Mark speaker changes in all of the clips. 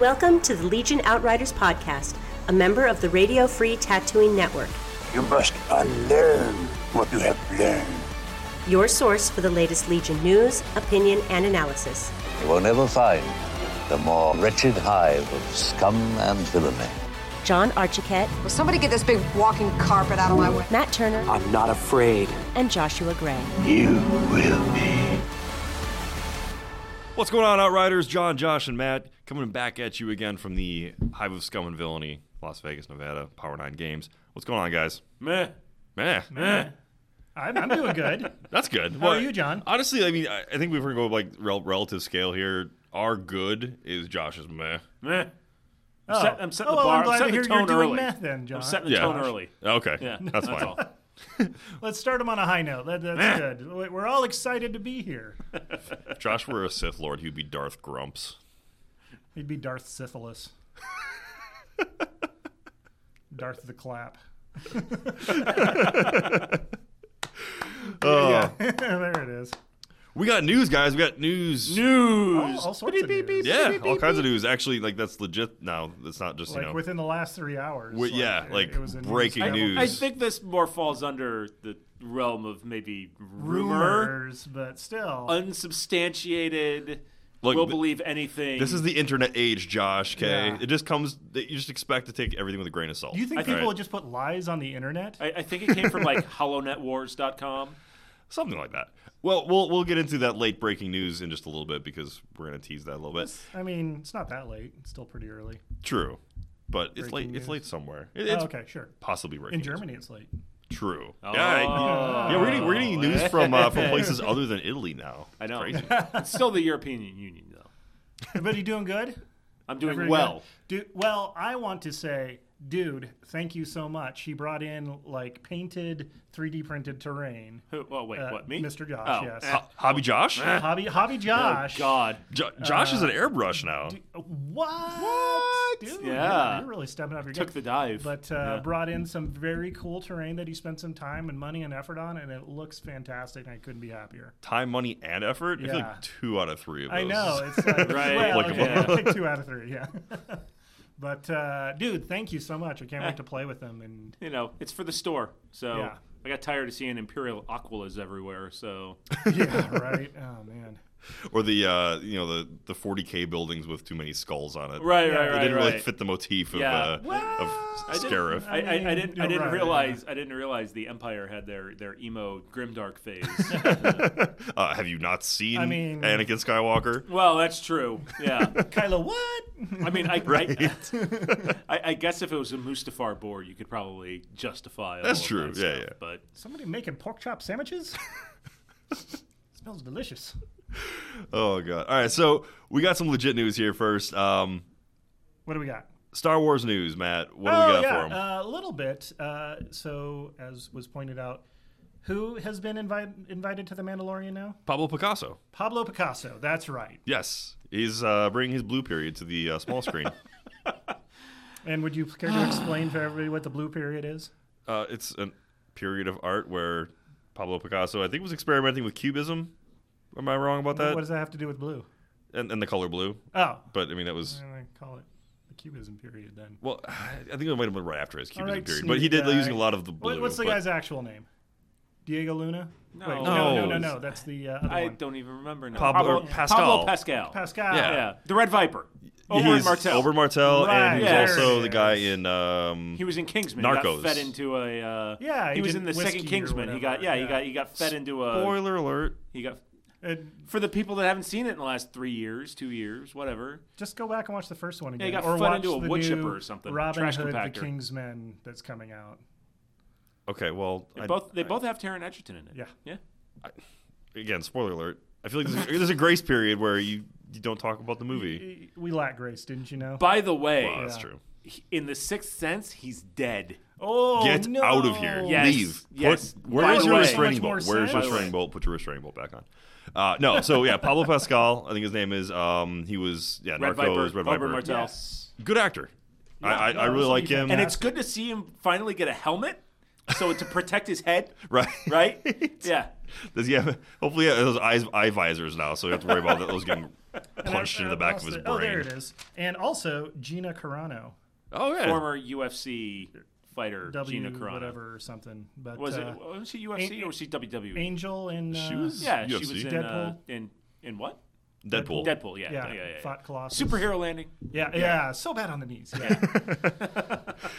Speaker 1: Welcome to the Legion Outriders podcast, a member of the Radio Free Tattooing Network,
Speaker 2: You must unlearn what you have learned.
Speaker 1: your source for the latest Legion news, opinion, and analysis.
Speaker 3: You will never find the more wretched hive of scum and villainy.
Speaker 1: John Archiquette,
Speaker 4: Will somebody get this big walking carpet out of my way?
Speaker 1: Matt Turner,
Speaker 5: I'm not afraid.
Speaker 1: and Joshua Gray.
Speaker 2: You will be.
Speaker 6: What's going on, Outriders? John, Josh, and Matt coming back at you again from the Hive of Scum and Villainy, Las Vegas, Nevada, Power 9 Games. What's going on, guys?
Speaker 7: Meh.
Speaker 6: Meh.
Speaker 7: Meh. I'm, I'm doing good.
Speaker 6: That's good.
Speaker 7: How are you, John?
Speaker 6: Honestly, I mean, I I think if we're going to go like rel- relative scale here, our good is Josh's meh.
Speaker 7: Meh. I'm,
Speaker 8: Oh.
Speaker 7: set, I'm
Speaker 8: Oh,
Speaker 7: setting the
Speaker 8: well,
Speaker 7: bar.
Speaker 8: I'm glad
Speaker 7: setting
Speaker 8: to
Speaker 7: the
Speaker 8: hear
Speaker 7: tone
Speaker 8: you're doing
Speaker 7: early.
Speaker 8: math then, John.
Speaker 7: I'm setting the
Speaker 6: Yeah.
Speaker 7: tone early.
Speaker 6: Okay.
Speaker 7: Yeah,
Speaker 6: That's fine.
Speaker 7: all.
Speaker 8: Let's start them on a high note. That, that's good. We- We're all excited to be here.
Speaker 6: If Josh were a Sith Lord, he'd be Darth Grumps.
Speaker 8: He'd be Darth Syphilis. Darth the Clap. Yeah. there it is.
Speaker 6: Uh, We got news, guys. We got news.
Speaker 8: All,
Speaker 7: News.
Speaker 8: all sorts of news.
Speaker 6: Yeah, all kinds of news. Actually, like that's legit now. It's not just,
Speaker 8: Like
Speaker 6: you know.
Speaker 8: within the last three hours.
Speaker 6: Wait, yeah,
Speaker 8: it-
Speaker 6: like
Speaker 8: it was a
Speaker 6: breaking
Speaker 8: network.
Speaker 6: news.
Speaker 7: I think this more falls under the realm of maybe rumor,
Speaker 8: Rumors, but still.
Speaker 7: unsubstantiated.
Speaker 6: Look,
Speaker 7: we'll
Speaker 6: th-
Speaker 7: believe anything.
Speaker 6: this is the internet age, Josh, okay?
Speaker 8: Yeah.
Speaker 6: It just comes, you just expect to take everything with a grain of salt.
Speaker 8: Do you think
Speaker 7: I think-
Speaker 8: people would just put lies on the internet?
Speaker 7: I, I think it came from like HollowNetWars.com.
Speaker 6: something like that. Well, we'll we'll get into that late breaking news in just a little bit because we're gonna tease that a little bit.
Speaker 8: I mean, it's not that late. It's still pretty early.
Speaker 6: True, but it's
Speaker 8: Breaking
Speaker 6: late.
Speaker 8: news.
Speaker 6: It's late somewhere. It- it's
Speaker 8: oh, okay, sure.
Speaker 6: possibly breaking
Speaker 8: In
Speaker 6: news.
Speaker 8: Germany, it's late.
Speaker 6: True.
Speaker 7: Oh.
Speaker 6: Yeah, I- yeah. We're getting, we're getting news from uh, from places other than Italy now.
Speaker 7: I know.
Speaker 6: Crazy.
Speaker 7: It's still the European Union, though.
Speaker 8: Everybody doing good?
Speaker 7: I'm doing
Speaker 8: Very
Speaker 7: well.
Speaker 8: good. Du- well, I want to say, dude, thank you so much. He brought in like painted, 3D printed terrain.
Speaker 7: Who, well, wait,
Speaker 8: Uh,
Speaker 7: what? Me?
Speaker 8: Mr. Josh,
Speaker 7: Oh,
Speaker 8: yes.
Speaker 7: eh,
Speaker 6: Ho- Hobby Josh.
Speaker 8: Hobby, hobby Josh.
Speaker 7: Oh, God.
Speaker 6: Jo- Josh
Speaker 8: Uh,
Speaker 6: is an airbrush now.
Speaker 8: What? Dude,
Speaker 7: Yeah.
Speaker 8: you're, you're really stepping up your
Speaker 7: Took the
Speaker 8: game.
Speaker 7: dive.
Speaker 8: But uh, brought in some very cool terrain that he spent some time and money and effort on, and it looks fantastic. I couldn't be happier.
Speaker 6: Time, money, and effort. I feel
Speaker 8: Yeah.
Speaker 6: like two out of three of those.
Speaker 8: I know it's like,
Speaker 7: Right.
Speaker 8: well,
Speaker 6: Applicable.
Speaker 8: okay, like two out of three, yeah. but uh, dude, thank you so much. I can't
Speaker 7: Eh.
Speaker 8: wait to play with them and
Speaker 7: you know, it's for the store. So
Speaker 8: Yeah.
Speaker 7: I got tired of seeing Imperial Aquilas everywhere. So
Speaker 8: yeah, right. Oh man.
Speaker 6: Or the uh, you know the the 40k buildings with too many skulls on it.
Speaker 7: right,
Speaker 8: Yeah.
Speaker 7: right,
Speaker 6: It
Speaker 7: right,
Speaker 6: didn't
Speaker 7: right.
Speaker 6: really fit the motif of
Speaker 7: Yeah.
Speaker 6: uh, of
Speaker 7: I didn't-
Speaker 6: Scarif.
Speaker 7: I, I, I didn't. I
Speaker 8: You're
Speaker 7: didn't
Speaker 8: right,
Speaker 7: realize. I didn't realize the Empire had their their emo grimdark phase.
Speaker 6: Uh, have you not seen
Speaker 8: I mean-
Speaker 6: Anakin Skywalker?
Speaker 7: well, that's true. Yeah.
Speaker 8: Kylo, what?
Speaker 7: I mean, I,
Speaker 6: Right.
Speaker 7: I, I, I guess if it was a Mustafar board, you could probably justify. all
Speaker 6: That's
Speaker 7: of
Speaker 6: true.
Speaker 7: that
Speaker 6: Yeah,
Speaker 7: stuff,
Speaker 6: yeah.
Speaker 7: But
Speaker 8: Somebody making pork chop sandwiches? Smells delicious.
Speaker 6: Oh god. All right, so we got some legit news here first. Um,
Speaker 8: What do we got?
Speaker 6: Star Wars news, Matt. What
Speaker 7: Oh,
Speaker 6: do we got for him?
Speaker 8: Uh, a little bit. Uh, so, as was pointed out, who has been invi- invited to the Mandalorian now?
Speaker 6: Pablo Picasso.
Speaker 8: Pablo Picasso. That's right.
Speaker 6: Yes, he's uh, bringing his blue period to the uh, small screen.
Speaker 8: And would you care to explain for everybody what the blue period is?
Speaker 6: uh, it's a period of art where Pablo Picasso, I think, was experimenting with cubism. Am I wrong about that?
Speaker 8: what does that have to do with blue?
Speaker 6: and, and the color blue.
Speaker 8: Oh,
Speaker 6: But I mean, that was
Speaker 8: I'm gonna call it the Cubism period then.
Speaker 6: well. I think it might have been right after his
Speaker 8: All
Speaker 6: cubism
Speaker 8: right,
Speaker 6: period. But he
Speaker 8: sneaky
Speaker 6: did like, using
Speaker 8: guy.
Speaker 6: a lot of the
Speaker 8: What-
Speaker 6: blue.
Speaker 8: What's the
Speaker 6: but-
Speaker 8: guy's actual name? Diego Luna? Wait,
Speaker 7: No.
Speaker 8: no, no, no,
Speaker 6: No.
Speaker 8: no. That's the uh, other
Speaker 7: I
Speaker 8: one.
Speaker 7: don't even remember now.
Speaker 6: Pablo- or Pascal.
Speaker 7: Pablo Pascal.
Speaker 8: Pascal.
Speaker 6: Yeah.
Speaker 7: Yeah, the Red Viper. Over
Speaker 6: He's
Speaker 7: in Martell.
Speaker 6: Oberyn Martell,
Speaker 8: Right,
Speaker 6: and he's
Speaker 7: there
Speaker 6: also
Speaker 8: it
Speaker 6: the guy
Speaker 8: is.
Speaker 6: in um,
Speaker 7: He was in Kingsman.
Speaker 6: Narcos.
Speaker 7: He got fed into a. Uh,
Speaker 8: Yeah,
Speaker 7: he,
Speaker 8: he
Speaker 7: was
Speaker 8: did
Speaker 7: in the
Speaker 8: whiskey
Speaker 7: second
Speaker 8: or
Speaker 7: Kingsman. He got
Speaker 8: whatever,
Speaker 7: yeah,
Speaker 8: yeah.
Speaker 7: he got he got fed into a.
Speaker 6: Spoiler alert.
Speaker 7: He got
Speaker 8: And
Speaker 7: for the people that haven't seen it in the last three years, two years, whatever.
Speaker 8: just go back and watch the first one again,
Speaker 7: Yeah, he got
Speaker 8: or
Speaker 7: fed
Speaker 8: watch
Speaker 7: into a
Speaker 8: the
Speaker 7: wood
Speaker 8: new
Speaker 7: chipper or something.
Speaker 8: Robin
Speaker 7: Trash
Speaker 8: Hood,
Speaker 7: compactor.
Speaker 8: the Kingsman, that's coming out.
Speaker 6: Okay, well,
Speaker 7: They
Speaker 6: I-
Speaker 7: both they both have Taron Egerton in it.
Speaker 8: Yeah.
Speaker 7: yeah.
Speaker 6: again, spoiler alert. I feel like there's a, there's a grace period where you, you don't talk about the movie.
Speaker 8: We lack grace, didn't you know?
Speaker 7: By the way,
Speaker 6: Well, that's
Speaker 8: Yeah.
Speaker 6: true.
Speaker 7: he- in the Sixth Sense, he's dead.
Speaker 8: oh,
Speaker 6: Get out of here.
Speaker 7: Yes,
Speaker 6: Leave.
Speaker 7: yes.
Speaker 6: Put- where
Speaker 7: By
Speaker 6: is
Speaker 7: the
Speaker 6: your
Speaker 7: way-
Speaker 6: restraining
Speaker 8: So much
Speaker 6: bolt?
Speaker 8: more
Speaker 6: Where is your
Speaker 8: sense.
Speaker 6: restraining bolt? Put your restraining bolt back on. Uh, no, so yeah, Pablo Pascal. I think his name is. Um, he was yeah,
Speaker 7: Red
Speaker 6: Narcos,
Speaker 7: Viper,
Speaker 6: Red
Speaker 7: Robert
Speaker 6: Viper.
Speaker 7: Martell.
Speaker 8: Yes.
Speaker 6: Good actor. I, I, I
Speaker 8: this
Speaker 6: really
Speaker 8: will
Speaker 6: like
Speaker 8: be
Speaker 6: him.
Speaker 7: And it's good to see him finally get a helmet. So to protect his head,
Speaker 6: Right.
Speaker 7: right? Yeah.
Speaker 6: Does he have? Hopefully, he has those eyes, eye visors now, so you have to worry about those getting
Speaker 8: And I-
Speaker 6: punched into
Speaker 8: I
Speaker 6: the back of
Speaker 8: lost
Speaker 6: his
Speaker 8: it.
Speaker 6: brain.
Speaker 8: Oh, there it is. And also Gina Carano,
Speaker 6: Oh yeah.
Speaker 7: Former UFC fighter
Speaker 8: W
Speaker 7: Gina Carano.
Speaker 8: whatever or something. But
Speaker 7: Was
Speaker 8: uh,
Speaker 7: it was she UFC
Speaker 8: Ain't-
Speaker 7: or was she WWE?
Speaker 8: Angel and uh,
Speaker 6: She was-
Speaker 7: yeah, she
Speaker 6: UFC.
Speaker 7: was in Uh,
Speaker 8: Deadpool.
Speaker 7: in in what?
Speaker 6: Deadpool.
Speaker 7: Deadpool, yeah.
Speaker 8: yeah,
Speaker 7: Yeah, yeah, yeah.
Speaker 8: fought Colossus.
Speaker 7: Superhero landing.
Speaker 8: Yeah, yeah, so bad on the knees. Yeah.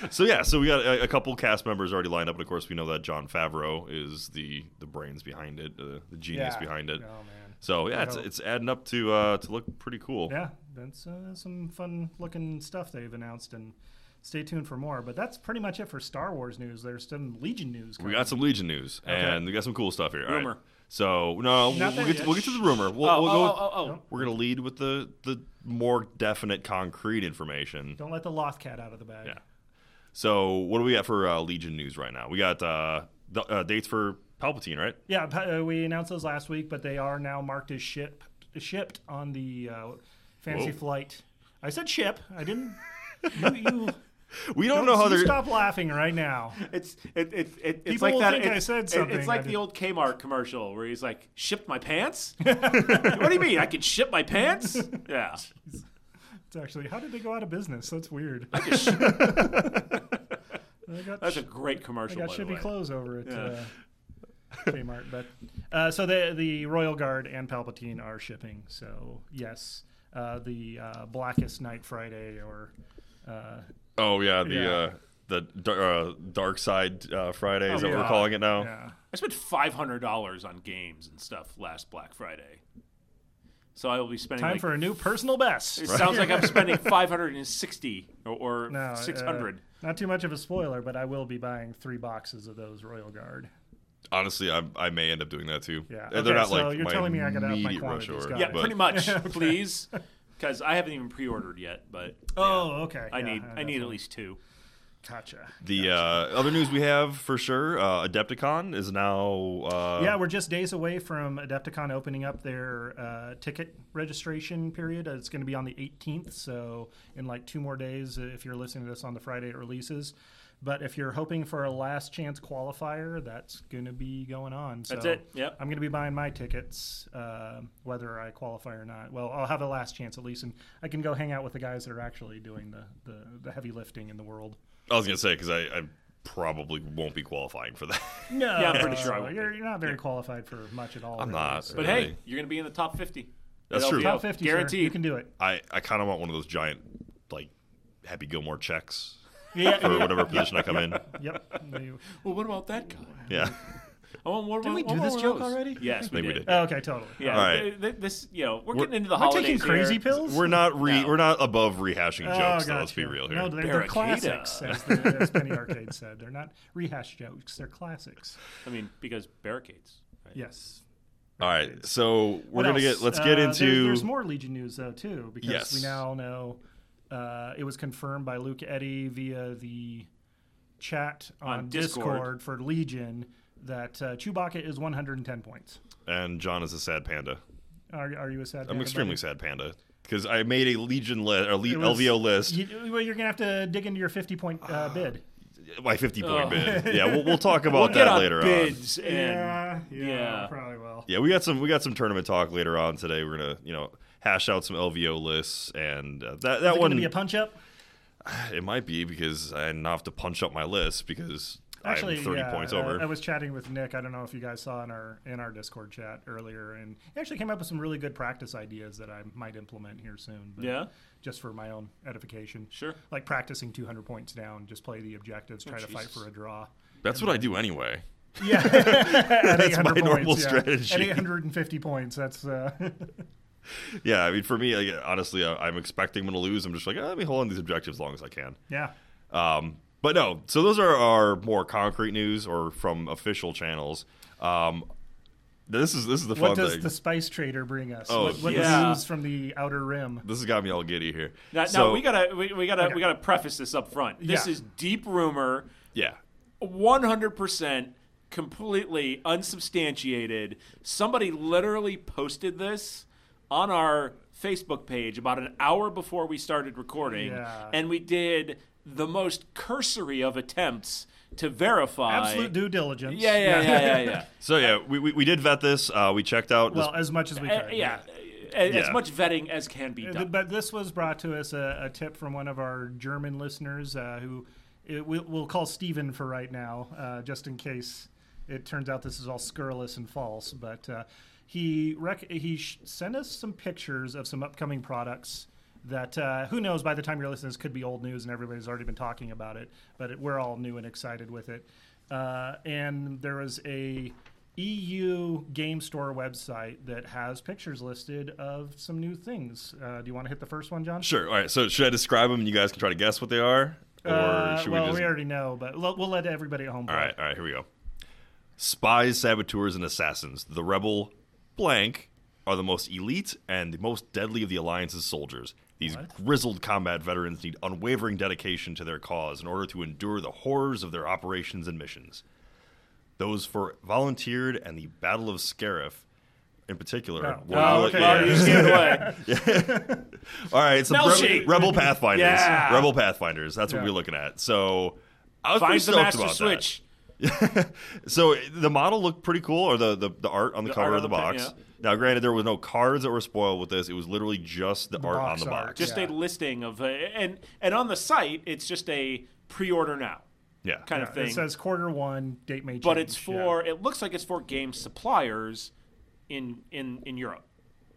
Speaker 6: So yeah, so we got a, a couple cast members already lined up, and of course we know that John Favreau is the the brains behind it, uh, the genius
Speaker 8: Yeah.
Speaker 6: behind it.
Speaker 8: Oh, man.
Speaker 6: So yeah,
Speaker 8: I
Speaker 6: it's,
Speaker 8: hope.
Speaker 6: it's adding up to uh, to look pretty cool.
Speaker 8: Yeah, that's uh, some fun looking stuff they've announced, and stay tuned for more. But that's pretty much it for Star Wars news. There's some Legion news.
Speaker 6: We
Speaker 8: Coming.
Speaker 6: got some Legion news, and we got some cool stuff here. All right.
Speaker 7: Rumor.
Speaker 6: So no, we'll, we'll
Speaker 8: Not there
Speaker 6: get to,
Speaker 8: yet.
Speaker 6: we'll get to the rumor. We'll,
Speaker 7: Oh,
Speaker 6: we'll
Speaker 7: oh,
Speaker 6: go
Speaker 7: oh, oh, oh.
Speaker 6: We're gonna lead with the the more definite, concrete information.
Speaker 8: Don't let the Loth Cat out of the bag.
Speaker 6: Yeah. So what do we got for uh, Legion news right now? We got uh, the, uh, dates for Palpatine, right?
Speaker 8: Yeah, pa- uh, we announced those last week, but they are now marked as ship, shipped on the uh, Fantasy
Speaker 6: Whoa.
Speaker 8: Flight. I said ship. I didn't. You, you
Speaker 6: We don't, know how
Speaker 8: you
Speaker 6: they're.
Speaker 8: Stop laughing right now.
Speaker 7: It's it, it, it, it's
Speaker 8: People
Speaker 7: like
Speaker 8: will
Speaker 7: that.
Speaker 8: think I
Speaker 7: it's,
Speaker 8: said
Speaker 7: it-
Speaker 8: something
Speaker 7: It's like
Speaker 8: I
Speaker 7: the
Speaker 8: didn't.
Speaker 7: old Kmart commercial where he's like, "Shipped my pants." what do you mean? I can ship my pants? Yeah.
Speaker 8: It's actually how did they go out of business? That's weird. They got
Speaker 7: That's a great
Speaker 8: I
Speaker 7: commercial.
Speaker 8: got
Speaker 7: by the
Speaker 8: shippy
Speaker 7: way.
Speaker 8: clothes over at uh, Kmart, but uh, so the the Royal Guard and Palpatine are shipping. So yes, uh, the uh, Blackest Night Friday or uh,
Speaker 6: Oh yeah, the
Speaker 8: Yeah.
Speaker 6: Uh, the dar- uh, Dark Side uh, Friday is that what
Speaker 8: Oh, yeah.
Speaker 6: we're calling it now.
Speaker 8: yeah,
Speaker 7: I spent five hundred dollars on games and stuff last Black Friday, so I will be spending
Speaker 8: time
Speaker 7: like-
Speaker 8: for a new personal best.
Speaker 7: It sounds like I'm spending five hundred and sixty or, or
Speaker 8: No, uh,
Speaker 7: six hundred.
Speaker 8: not too much of a spoiler, but I will be buying three boxes of those Royal Guard.
Speaker 6: Honestly, I, I may end up doing that too.
Speaker 8: Yeah.
Speaker 6: And
Speaker 8: Okay,
Speaker 6: they're not
Speaker 8: so
Speaker 6: like
Speaker 8: you're
Speaker 6: my
Speaker 8: telling me I gotta up my
Speaker 6: immediate rush
Speaker 8: quantities,
Speaker 6: order,
Speaker 8: got it.
Speaker 7: yeah,
Speaker 6: but-
Speaker 7: pretty much, please, because I haven't even pre-ordered yet. But
Speaker 8: Oh,
Speaker 7: yeah.
Speaker 8: okay.
Speaker 7: I
Speaker 8: Yeah,
Speaker 7: need
Speaker 8: uh,
Speaker 7: I need at
Speaker 8: definitely.
Speaker 7: least two.
Speaker 8: Gotcha.
Speaker 6: The uh, other news we have for sure, uh, Adepticon is now. Uh,
Speaker 7: Oh.
Speaker 8: yeah, we're just days away from Adepticon opening up their uh, ticket registration period. Uh, It's going to be on the 18th, so in like two more days, uh, if you're listening to this on the Friday it releases. But if you're hoping for a last chance qualifier, that's going to be going on. So
Speaker 7: That's it. Yep.
Speaker 8: I'm going to be buying my tickets, uh, whether I qualify or not. Well, I'll have a last chance at least, and I can go hang out with the guys that are actually doing the, the, the heavy lifting in the world.
Speaker 6: I was gonna say because I, I probably won't be qualifying for that.
Speaker 8: No,
Speaker 7: Yeah, I'm pretty sure I won't be.
Speaker 8: You're, you're not very qualified for much at all.
Speaker 6: I'm not,
Speaker 8: so-
Speaker 7: But
Speaker 6: Really?
Speaker 7: hey, you're gonna be in the top fifty.
Speaker 6: That's
Speaker 7: At
Speaker 6: true.
Speaker 7: LPL.
Speaker 8: Top 50, sir.
Speaker 7: guaranteed.
Speaker 8: You can do it.
Speaker 6: I, I kind of want one of those giant like Happy Gilmore checks
Speaker 8: Yeah.
Speaker 6: for whatever position I come in.
Speaker 8: Yep. You-
Speaker 7: Well, what about that guy?
Speaker 6: Yeah.
Speaker 7: Oh, what,
Speaker 8: we
Speaker 7: what
Speaker 8: do this
Speaker 7: about
Speaker 8: joke
Speaker 7: Rose?
Speaker 8: already?
Speaker 7: Yes,
Speaker 6: I
Speaker 7: we
Speaker 6: think we
Speaker 7: did.
Speaker 6: did.
Speaker 8: Oh, okay, totally.
Speaker 7: Yeah,
Speaker 6: All right.
Speaker 7: th- th- this you know we're,
Speaker 6: We're-
Speaker 7: getting into the
Speaker 8: Am I
Speaker 7: holidays.
Speaker 8: taking crazy
Speaker 7: here.
Speaker 8: pills?
Speaker 6: We're not re
Speaker 7: No.
Speaker 6: we're not above rehashing
Speaker 8: Oh,
Speaker 6: jokes. though, let's
Speaker 8: gotcha.
Speaker 6: be real here.
Speaker 8: No, they're, they're
Speaker 7: Barricada.
Speaker 8: classics, as, the, as Penny Arcade said. They're not rehash jokes. They're classics.
Speaker 7: I mean, because barricades. Right?
Speaker 8: Yes.
Speaker 6: All right, so we're
Speaker 8: What
Speaker 6: gonna
Speaker 8: else?
Speaker 6: get let's get
Speaker 8: Uh,
Speaker 6: into
Speaker 8: There's, there's more Legion news though too, because
Speaker 6: Yes.
Speaker 8: we now know uh, it was confirmed by Luke Eddy via the chat on,
Speaker 7: On Discord.
Speaker 8: for Legion that uh, Chewbacca is 110 points.
Speaker 6: and John is a sad panda.
Speaker 8: Are, are you a sad?
Speaker 6: I'm extremely sad panda because I made a Legion list or le- LVO list, Ah.
Speaker 8: You, well, you're gonna have to dig into your 50 point uh, bid.
Speaker 6: my
Speaker 8: Oh.
Speaker 6: 50 point bid. Yeah, we'll, we'll talk about
Speaker 7: We'll get
Speaker 6: that
Speaker 7: on
Speaker 6: later on.
Speaker 7: bids and
Speaker 8: yeah,
Speaker 7: yeah.
Speaker 8: probably will.
Speaker 6: Yeah, we got some we got some tournament talk later on today. We're gonna you know hash out some LVO lists and uh, that that
Speaker 8: Is it
Speaker 6: one
Speaker 8: going to be a punch up?
Speaker 6: It might be because I now have to punch up my list because
Speaker 8: Actually,
Speaker 6: I'm 30
Speaker 8: yeah,
Speaker 6: points
Speaker 8: uh,
Speaker 6: over.
Speaker 8: I was chatting with Nick. I don't know if you guys saw in our in our Discord chat earlier, and he actually came up with some really good practice ideas that I might implement here soon. But
Speaker 7: Yeah?
Speaker 8: just for my own edification.
Speaker 7: Sure. Oh,
Speaker 8: Like practicing 200 points down, just play the objectives, try to fight for a draw.
Speaker 6: That's what I do anyway.
Speaker 8: That's
Speaker 6: my normal strategy.
Speaker 8: At 850 points, that's uh,
Speaker 6: Yeah, I mean, for me, like, honestly, I, I'm expecting I'm going to lose. I'm just like, "Ah, let me hold on to these objectives as long as I can.
Speaker 8: yeah.
Speaker 6: Um, but no, so those are our more concrete news or from official channels. Um, this is this is the fun
Speaker 8: What does
Speaker 6: thing.
Speaker 8: the spice trader bring us?
Speaker 6: Oh,
Speaker 8: what what
Speaker 7: yeah.
Speaker 8: news from the outer rim?
Speaker 6: This has got me all giddy here.
Speaker 7: Now,
Speaker 6: so,
Speaker 7: now we gotta we, we gotta we gotta preface this up front. This
Speaker 8: Yeah.
Speaker 7: is deep rumor,
Speaker 6: yeah.
Speaker 7: one hundred percent, completely unsubstantiated. Somebody literally posted this on our Facebook page about an hour before we started recording,
Speaker 8: Yeah.
Speaker 7: and we did the most cursory of attempts to verify.
Speaker 8: Absolute due diligence.
Speaker 7: Yeah, yeah, yeah, yeah, yeah.
Speaker 6: So yeah, we, we, we did vet this. Uh, we checked out.
Speaker 8: Well,
Speaker 6: this,
Speaker 8: as much as we
Speaker 7: Uh,
Speaker 8: could.
Speaker 7: yeah. As, as
Speaker 6: Yeah.
Speaker 7: much vetting as can be
Speaker 8: Th-
Speaker 7: done.
Speaker 8: But this was brought to us uh, a, a tip from one of our German listeners uh, who it, we'll, we'll call Steven for right now, uh, just in case it turns out this is all scurrilous and false. But uh, he rec- he sh- sent us some pictures of some upcoming products that uh, who knows by the time you're listening this could be old news and everybody's already been talking about it but it, we're all new and excited with it uh, and there was a eu game store website that has pictures listed of some new things uh, do you want to hit the first one john
Speaker 6: sure. All right. So should I describe them and you guys can try to guess what they are, or
Speaker 8: Uh,
Speaker 6: should
Speaker 8: well
Speaker 6: we just?
Speaker 8: we already know but we'll, we'll let everybody at home
Speaker 6: all
Speaker 8: play.
Speaker 6: right. All right. Here we go. Spies, saboteurs, and assassins. The rebel blank are the most elite and the most deadly of the alliance's soldiers. These grizzled combat veterans need unwavering dedication to their cause in order to endure the horrors of their operations and missions. Those for volunteered and the Battle of Scarif, in particular.
Speaker 8: Oh.
Speaker 6: were mili-
Speaker 7: Oh, okay.
Speaker 6: yeah.
Speaker 7: Well, you just gave it away.
Speaker 6: All right, it's the
Speaker 7: Smell
Speaker 6: Rebel,
Speaker 7: sheet.
Speaker 6: Rebel Pathfinders.
Speaker 7: Yeah.
Speaker 6: Rebel Pathfinders. That's what we're looking at. So I was
Speaker 7: Find
Speaker 6: pretty
Speaker 7: the
Speaker 6: stoked
Speaker 7: master
Speaker 6: about
Speaker 7: switch.
Speaker 6: that. So the model looked pretty cool, or the, the, the art on the,
Speaker 7: The
Speaker 6: cover
Speaker 7: art
Speaker 6: of the
Speaker 7: on the pa-
Speaker 6: box. Now, granted, there was no cards that were spoiled with this. It was literally just the, art on
Speaker 8: box
Speaker 6: the
Speaker 8: art,
Speaker 6: box.
Speaker 7: Just a listing of uh, and and on the site it's just a pre-order now
Speaker 6: yeah.
Speaker 7: kind of
Speaker 8: Yeah,
Speaker 7: thing.
Speaker 8: it says quarter one date may change
Speaker 7: but it's
Speaker 8: yeah.
Speaker 7: for it looks like it's for game suppliers in in in Europe.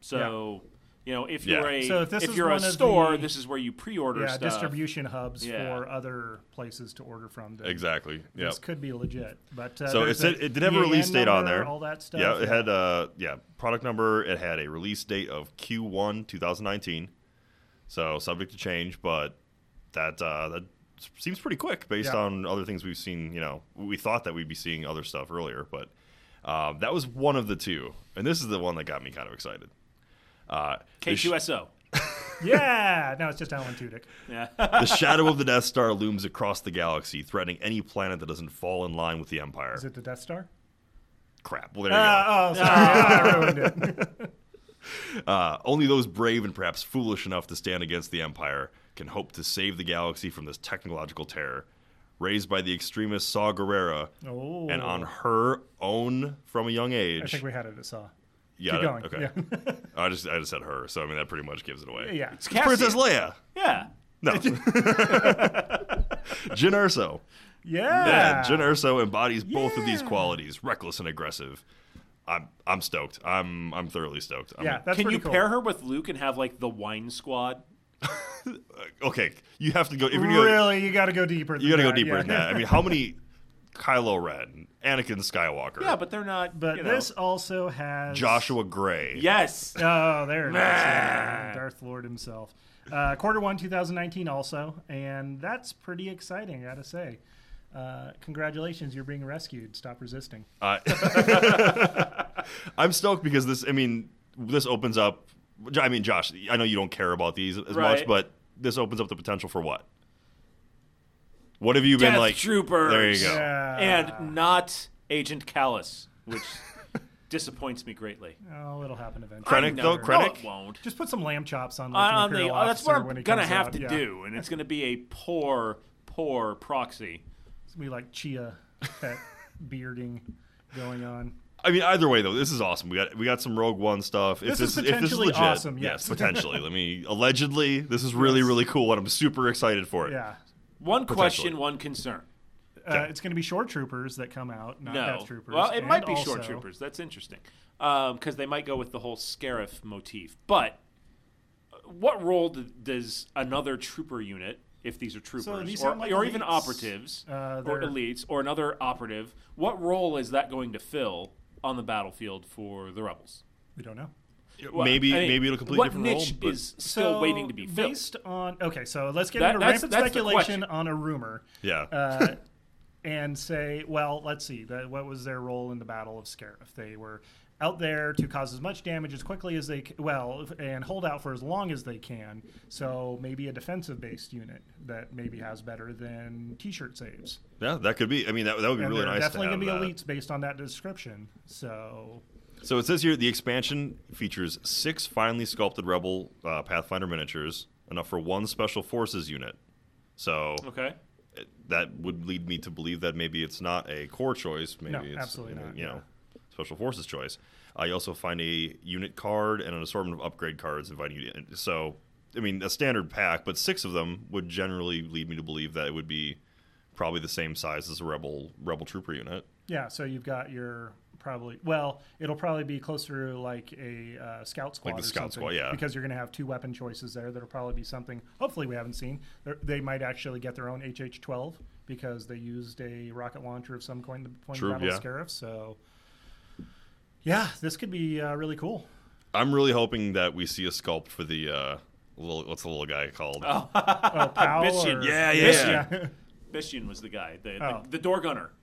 Speaker 7: So you know if
Speaker 6: Yeah.
Speaker 7: you're a
Speaker 8: So if this
Speaker 7: if
Speaker 8: is
Speaker 7: you're a
Speaker 8: one of
Speaker 7: store,
Speaker 8: the-
Speaker 7: this is where you pre-order
Speaker 8: yeah,
Speaker 7: stuff.
Speaker 8: distribution hubs
Speaker 7: Yeah.
Speaker 8: for other places to order from. then
Speaker 6: Exactly. Yeah.
Speaker 8: This could be legit, but uh,
Speaker 6: So it
Speaker 8: there's
Speaker 6: said
Speaker 8: a
Speaker 6: it did have a release
Speaker 8: EAN
Speaker 6: date on
Speaker 8: number,
Speaker 6: there.
Speaker 8: All that stuff.
Speaker 6: Yeah, it had uh yeah product number. It had a release date of Q1 2019. So subject to change, but that uh, that seems pretty quick based
Speaker 8: Yeah.
Speaker 6: on other things we've seen. You know, we thought that we'd be seeing other stuff earlier, but uh, that was one of the two, and this is the one that got me kind of excited. Uh, the, sh-
Speaker 7: K2SO.
Speaker 8: yeah. No, it's just Alan Tudyk.
Speaker 6: the shadow of the Death Star looms across the galaxy, threatening any planet that doesn't fall in line with the Empire.
Speaker 8: Is it the Death Star?
Speaker 6: Crap. Well, there you go.
Speaker 8: Uh, oh, sorry, I ruined it.
Speaker 6: Uh, only those brave and perhaps foolish enough to stand against the Empire can hope to save the galaxy from this technological terror. Raised by the extremist Saw Gerrera,
Speaker 8: Oh.
Speaker 6: and on her own from a young
Speaker 8: I
Speaker 6: age.
Speaker 8: think we had it at Saw.
Speaker 6: You
Speaker 8: Keep
Speaker 6: got it?
Speaker 8: going.
Speaker 6: Okay. I just I just said her, so I mean that pretty much gives it away.
Speaker 8: Yeah.
Speaker 6: It's Princess Leia.
Speaker 7: Yeah.
Speaker 6: No. Jyn Erso.
Speaker 8: Yeah.
Speaker 6: Yeah, Jyn Erso embodies both of these qualities: reckless and aggressive. I'm I'm stoked. I'm I'm thoroughly stoked. I'm-
Speaker 8: Yeah, that's
Speaker 7: Can
Speaker 8: pretty
Speaker 7: you
Speaker 8: cool.
Speaker 7: pair her with Luke and have like the wine squad?
Speaker 6: okay, you have to go. If you're gonna go-
Speaker 8: Really, you got to go deeper.
Speaker 6: You got
Speaker 8: got
Speaker 6: to go deeper than that. I mean, how many Kylo Ren, Anakin Skywalker,
Speaker 7: Yeah, but they're not.
Speaker 8: But
Speaker 7: you know.
Speaker 8: this also has
Speaker 6: Joshua Gray?
Speaker 7: yes,
Speaker 8: Oh, there it is. Yeah, Darth Lord himself. Uh, quarter one, 2019, also, and that's pretty exciting, I gotta say. Uh, congratulations, you're being rescued. Stop resisting.
Speaker 7: Oh.
Speaker 6: Uh, I'm stoked because this. I mean, this opens up. I mean, Josh, I know you don't care about these as much,
Speaker 7: Right.
Speaker 6: but this opens up the potential for what? What have you been
Speaker 7: Death
Speaker 6: like?
Speaker 7: Troopers.
Speaker 6: There you go.
Speaker 8: Yeah.
Speaker 7: and not Agent Callus, which disappoints me greatly.
Speaker 8: Oh, it'll happen eventually.
Speaker 6: Krennic,
Speaker 7: No,
Speaker 6: though?
Speaker 7: no,
Speaker 6: Krennic?
Speaker 7: it won't.
Speaker 8: Just put some lamb chops on.
Speaker 7: on,
Speaker 8: Lieutenant
Speaker 7: on the,
Speaker 8: Colonel
Speaker 7: oh, that's what
Speaker 8: Officer
Speaker 7: I'm
Speaker 8: when it
Speaker 7: gonna
Speaker 8: comes
Speaker 7: have
Speaker 8: out,
Speaker 7: to
Speaker 8: yeah.
Speaker 7: do, and it's gonna be a poor, poor proxy.
Speaker 8: It's gonna be like chia pet bearding going on.
Speaker 6: I mean, either way though, this is awesome. We got we got some Rogue One stuff. If
Speaker 8: This
Speaker 6: this,
Speaker 8: is
Speaker 6: if this is
Speaker 8: potentially
Speaker 6: legit,
Speaker 8: awesome, yes.
Speaker 6: potentially. Let me allegedly. This is really really cool, and I'm super excited for it.
Speaker 8: Yeah.
Speaker 7: One question,
Speaker 6: Potentially.
Speaker 7: one concern.
Speaker 8: Uh, it's going to be short troopers that come out, not
Speaker 7: No,
Speaker 8: death Uh, troopers.
Speaker 7: well, it
Speaker 8: And
Speaker 7: might be
Speaker 8: also-
Speaker 7: short troopers. That's interesting because they might go with the whole scarif motif. But uh, what role d- does another trooper unit, if these are troopers,
Speaker 8: these
Speaker 7: or,
Speaker 8: sound like
Speaker 7: or even
Speaker 8: elites.
Speaker 7: operatives
Speaker 8: Uh,
Speaker 7: or
Speaker 8: they're-
Speaker 7: elites or another operative, what role is that going to fill on the battlefield for the rebels?
Speaker 8: We don't know.
Speaker 7: Well,
Speaker 6: maybe
Speaker 7: I mean,
Speaker 6: maybe it'll complete
Speaker 7: what
Speaker 6: different
Speaker 7: niche
Speaker 6: role. but-
Speaker 7: is still
Speaker 8: So,
Speaker 7: waiting to be filled.
Speaker 8: Based on okay, so let's get
Speaker 7: That-
Speaker 8: into
Speaker 7: that's-
Speaker 8: rampant
Speaker 7: that's the
Speaker 8: speculation
Speaker 7: question.
Speaker 8: on a rumor.
Speaker 6: Yeah.
Speaker 8: Uh, and say, well, let's see, the, what was their role in the Battle of Scarif? They were out there to cause as much damage as quickly as they c- well, if- and hold out for as long as they can. So maybe a defensive-based unit that maybe has better than T-shirt saves.
Speaker 6: yeah, that could be. I mean, that, that would be
Speaker 8: And
Speaker 6: really
Speaker 8: they're
Speaker 6: nice.
Speaker 8: definitely
Speaker 6: to
Speaker 8: gonna
Speaker 6: have
Speaker 8: be
Speaker 6: that.
Speaker 8: elites based on that description. So
Speaker 6: So it says here the expansion features six finely sculpted Rebel uh, Pathfinder miniatures, enough for one Special Forces unit. So
Speaker 7: okay.
Speaker 6: that would lead me to believe that maybe it's not a core choice. Maybe
Speaker 8: No,
Speaker 6: it's
Speaker 8: absolutely not,
Speaker 6: you know
Speaker 8: yeah.
Speaker 6: special forces choice. I also find a unit card and an assortment of upgrade cards inviting you. To, and so I mean a standard pack, but six of them would generally lead me to believe that it would be probably the same size as a rebel rebel trooper unit.
Speaker 8: Yeah, so you've got your probably well, it'll probably be closer to like a uh, scout squad,
Speaker 6: Like the
Speaker 8: or
Speaker 6: scout
Speaker 8: something,
Speaker 6: squad, yeah.
Speaker 8: because you're going to have two weapon choices there. That'll probably be something. Hopefully, we haven't seen. They're, they might actually get their own HH12 because they used a rocket launcher of some kind to point
Speaker 6: True,
Speaker 8: the battle
Speaker 6: yeah.
Speaker 8: of Scarif. So, yeah, this could be uh, really cool.
Speaker 6: I'm really hoping that we see a sculpt for the uh, little what's the little guy called? Oh,
Speaker 8: Oh, Powell
Speaker 7: Mission.
Speaker 8: or-
Speaker 6: Yeah, yeah,
Speaker 8: Mission.
Speaker 7: Bishin was the guy, the, the-
Speaker 8: Oh.
Speaker 7: the, door gunner.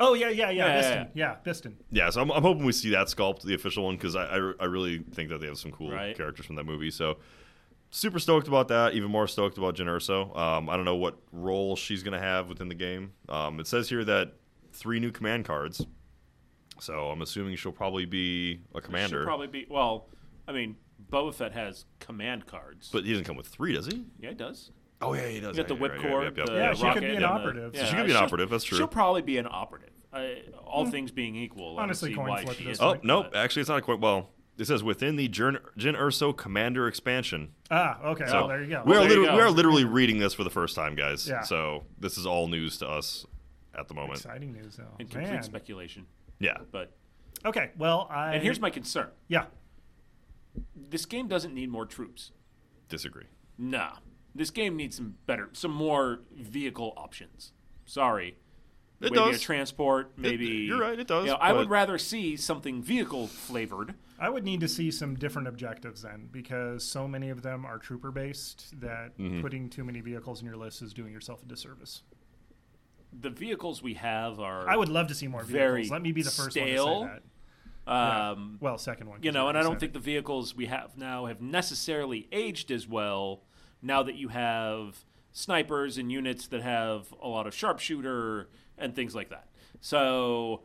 Speaker 8: Oh yeah, yeah, yeah,
Speaker 7: Yeah, yeah,
Speaker 8: Biston. Yeah, Biston.
Speaker 6: Yeah, so I'm, I'm hoping we see that sculpt, the official one, because I, I I really think that they have some cool
Speaker 7: Right.
Speaker 6: characters from that movie. So super stoked about that. Even more stoked about Jen Erso. Um, I don't know what role she's gonna have within the game. Um, it says here that three new command cards. So I'm assuming she'll probably be a commander.
Speaker 7: Should probably be. Well, I mean, Boba Fett has command cards.
Speaker 6: but he doesn't come with three, does he?
Speaker 7: yeah, it does.
Speaker 6: Oh yeah, he does.
Speaker 7: You got the
Speaker 6: Yeah, you're
Speaker 7: whip
Speaker 6: right,
Speaker 7: cord.
Speaker 6: yep, yep,
Speaker 7: the
Speaker 6: yep,
Speaker 8: Yeah,
Speaker 6: yep.
Speaker 8: she could
Speaker 7: rocket,
Speaker 8: be an
Speaker 7: and the-
Speaker 8: operative.
Speaker 6: She could be an
Speaker 7: she'll-
Speaker 6: operative, that's true.
Speaker 7: She'll probably be an operative. I, all things being equal, I don't
Speaker 8: Hmm. Honestly,
Speaker 7: see
Speaker 8: coin
Speaker 7: why
Speaker 8: flip
Speaker 7: she
Speaker 8: at this
Speaker 7: isn't,
Speaker 6: Oh nope,
Speaker 7: but-
Speaker 6: actually it's not a quite. Well, it says within the Jern, Jin Erso Commander expansion.
Speaker 8: Ah, okay.
Speaker 6: So
Speaker 8: well, there you go.
Speaker 6: We are,
Speaker 7: Well, there you
Speaker 6: literally, we
Speaker 7: go.
Speaker 6: are literally reading this for the first time, guys.
Speaker 8: Yeah.
Speaker 6: So this is all news to us at the moment.
Speaker 8: exciting news though.
Speaker 7: and complete
Speaker 8: Man.
Speaker 7: speculation.
Speaker 6: Yeah.
Speaker 7: But
Speaker 8: Okay, well, I
Speaker 7: and here's my concern:
Speaker 8: yeah.
Speaker 7: this game doesn't need more troops.
Speaker 6: Disagree.
Speaker 7: Nah, this game needs some better, some more vehicle options. Sorry,
Speaker 6: It
Speaker 7: maybe
Speaker 6: does.
Speaker 7: a transport. Maybe
Speaker 6: you're right, it does,
Speaker 7: You know, I would
Speaker 6: but-
Speaker 7: rather see something vehicle flavored.
Speaker 8: I would need to see some different objectives then, because so many of them are trooper based that
Speaker 7: Mm-hmm.
Speaker 8: putting too many vehicles in your list is doing yourself a disservice.
Speaker 7: The vehicles we have are
Speaker 8: I would love to see more vehicles.
Speaker 7: Very
Speaker 8: Let me be the first
Speaker 7: stale.
Speaker 8: one to say that.
Speaker 7: um,
Speaker 8: Well, second one,
Speaker 7: you
Speaker 8: 'cause
Speaker 7: know, and I don't
Speaker 8: said
Speaker 7: think
Speaker 8: it.
Speaker 7: the vehicles we have now have necessarily aged as well now that you have snipers and units that have a lot of sharpshooter and things like that. So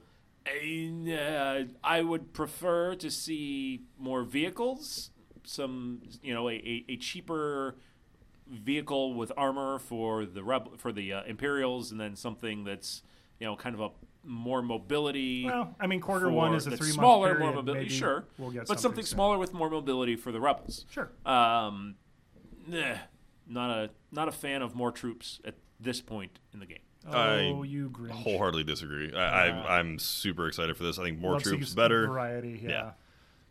Speaker 7: I, uh, I would prefer to see more vehicles, some, you know, a, a, a cheaper vehicle with armor for the rebel, for the uh, Imperials and then something that's, you know, kind of a more mobility
Speaker 8: Well, I mean, quarter
Speaker 7: for-
Speaker 8: one is a
Speaker 7: that's
Speaker 8: three month
Speaker 7: smaller,
Speaker 8: period.
Speaker 7: more mobility.
Speaker 8: Maybe
Speaker 7: sure,
Speaker 8: we'll get
Speaker 7: but something
Speaker 8: soon.
Speaker 7: smaller with more mobility for the rebels.
Speaker 8: Sure.
Speaker 7: Um, nah, not a not a fan of more troops at this point in the game.
Speaker 8: Oh,
Speaker 6: I
Speaker 8: you Grinch.
Speaker 6: Wholeheartedly disagree. I, I, I'm super excited for this. I think more
Speaker 8: Love to see
Speaker 6: troops
Speaker 8: some
Speaker 6: better.
Speaker 8: variety. Yeah.
Speaker 6: Yeah.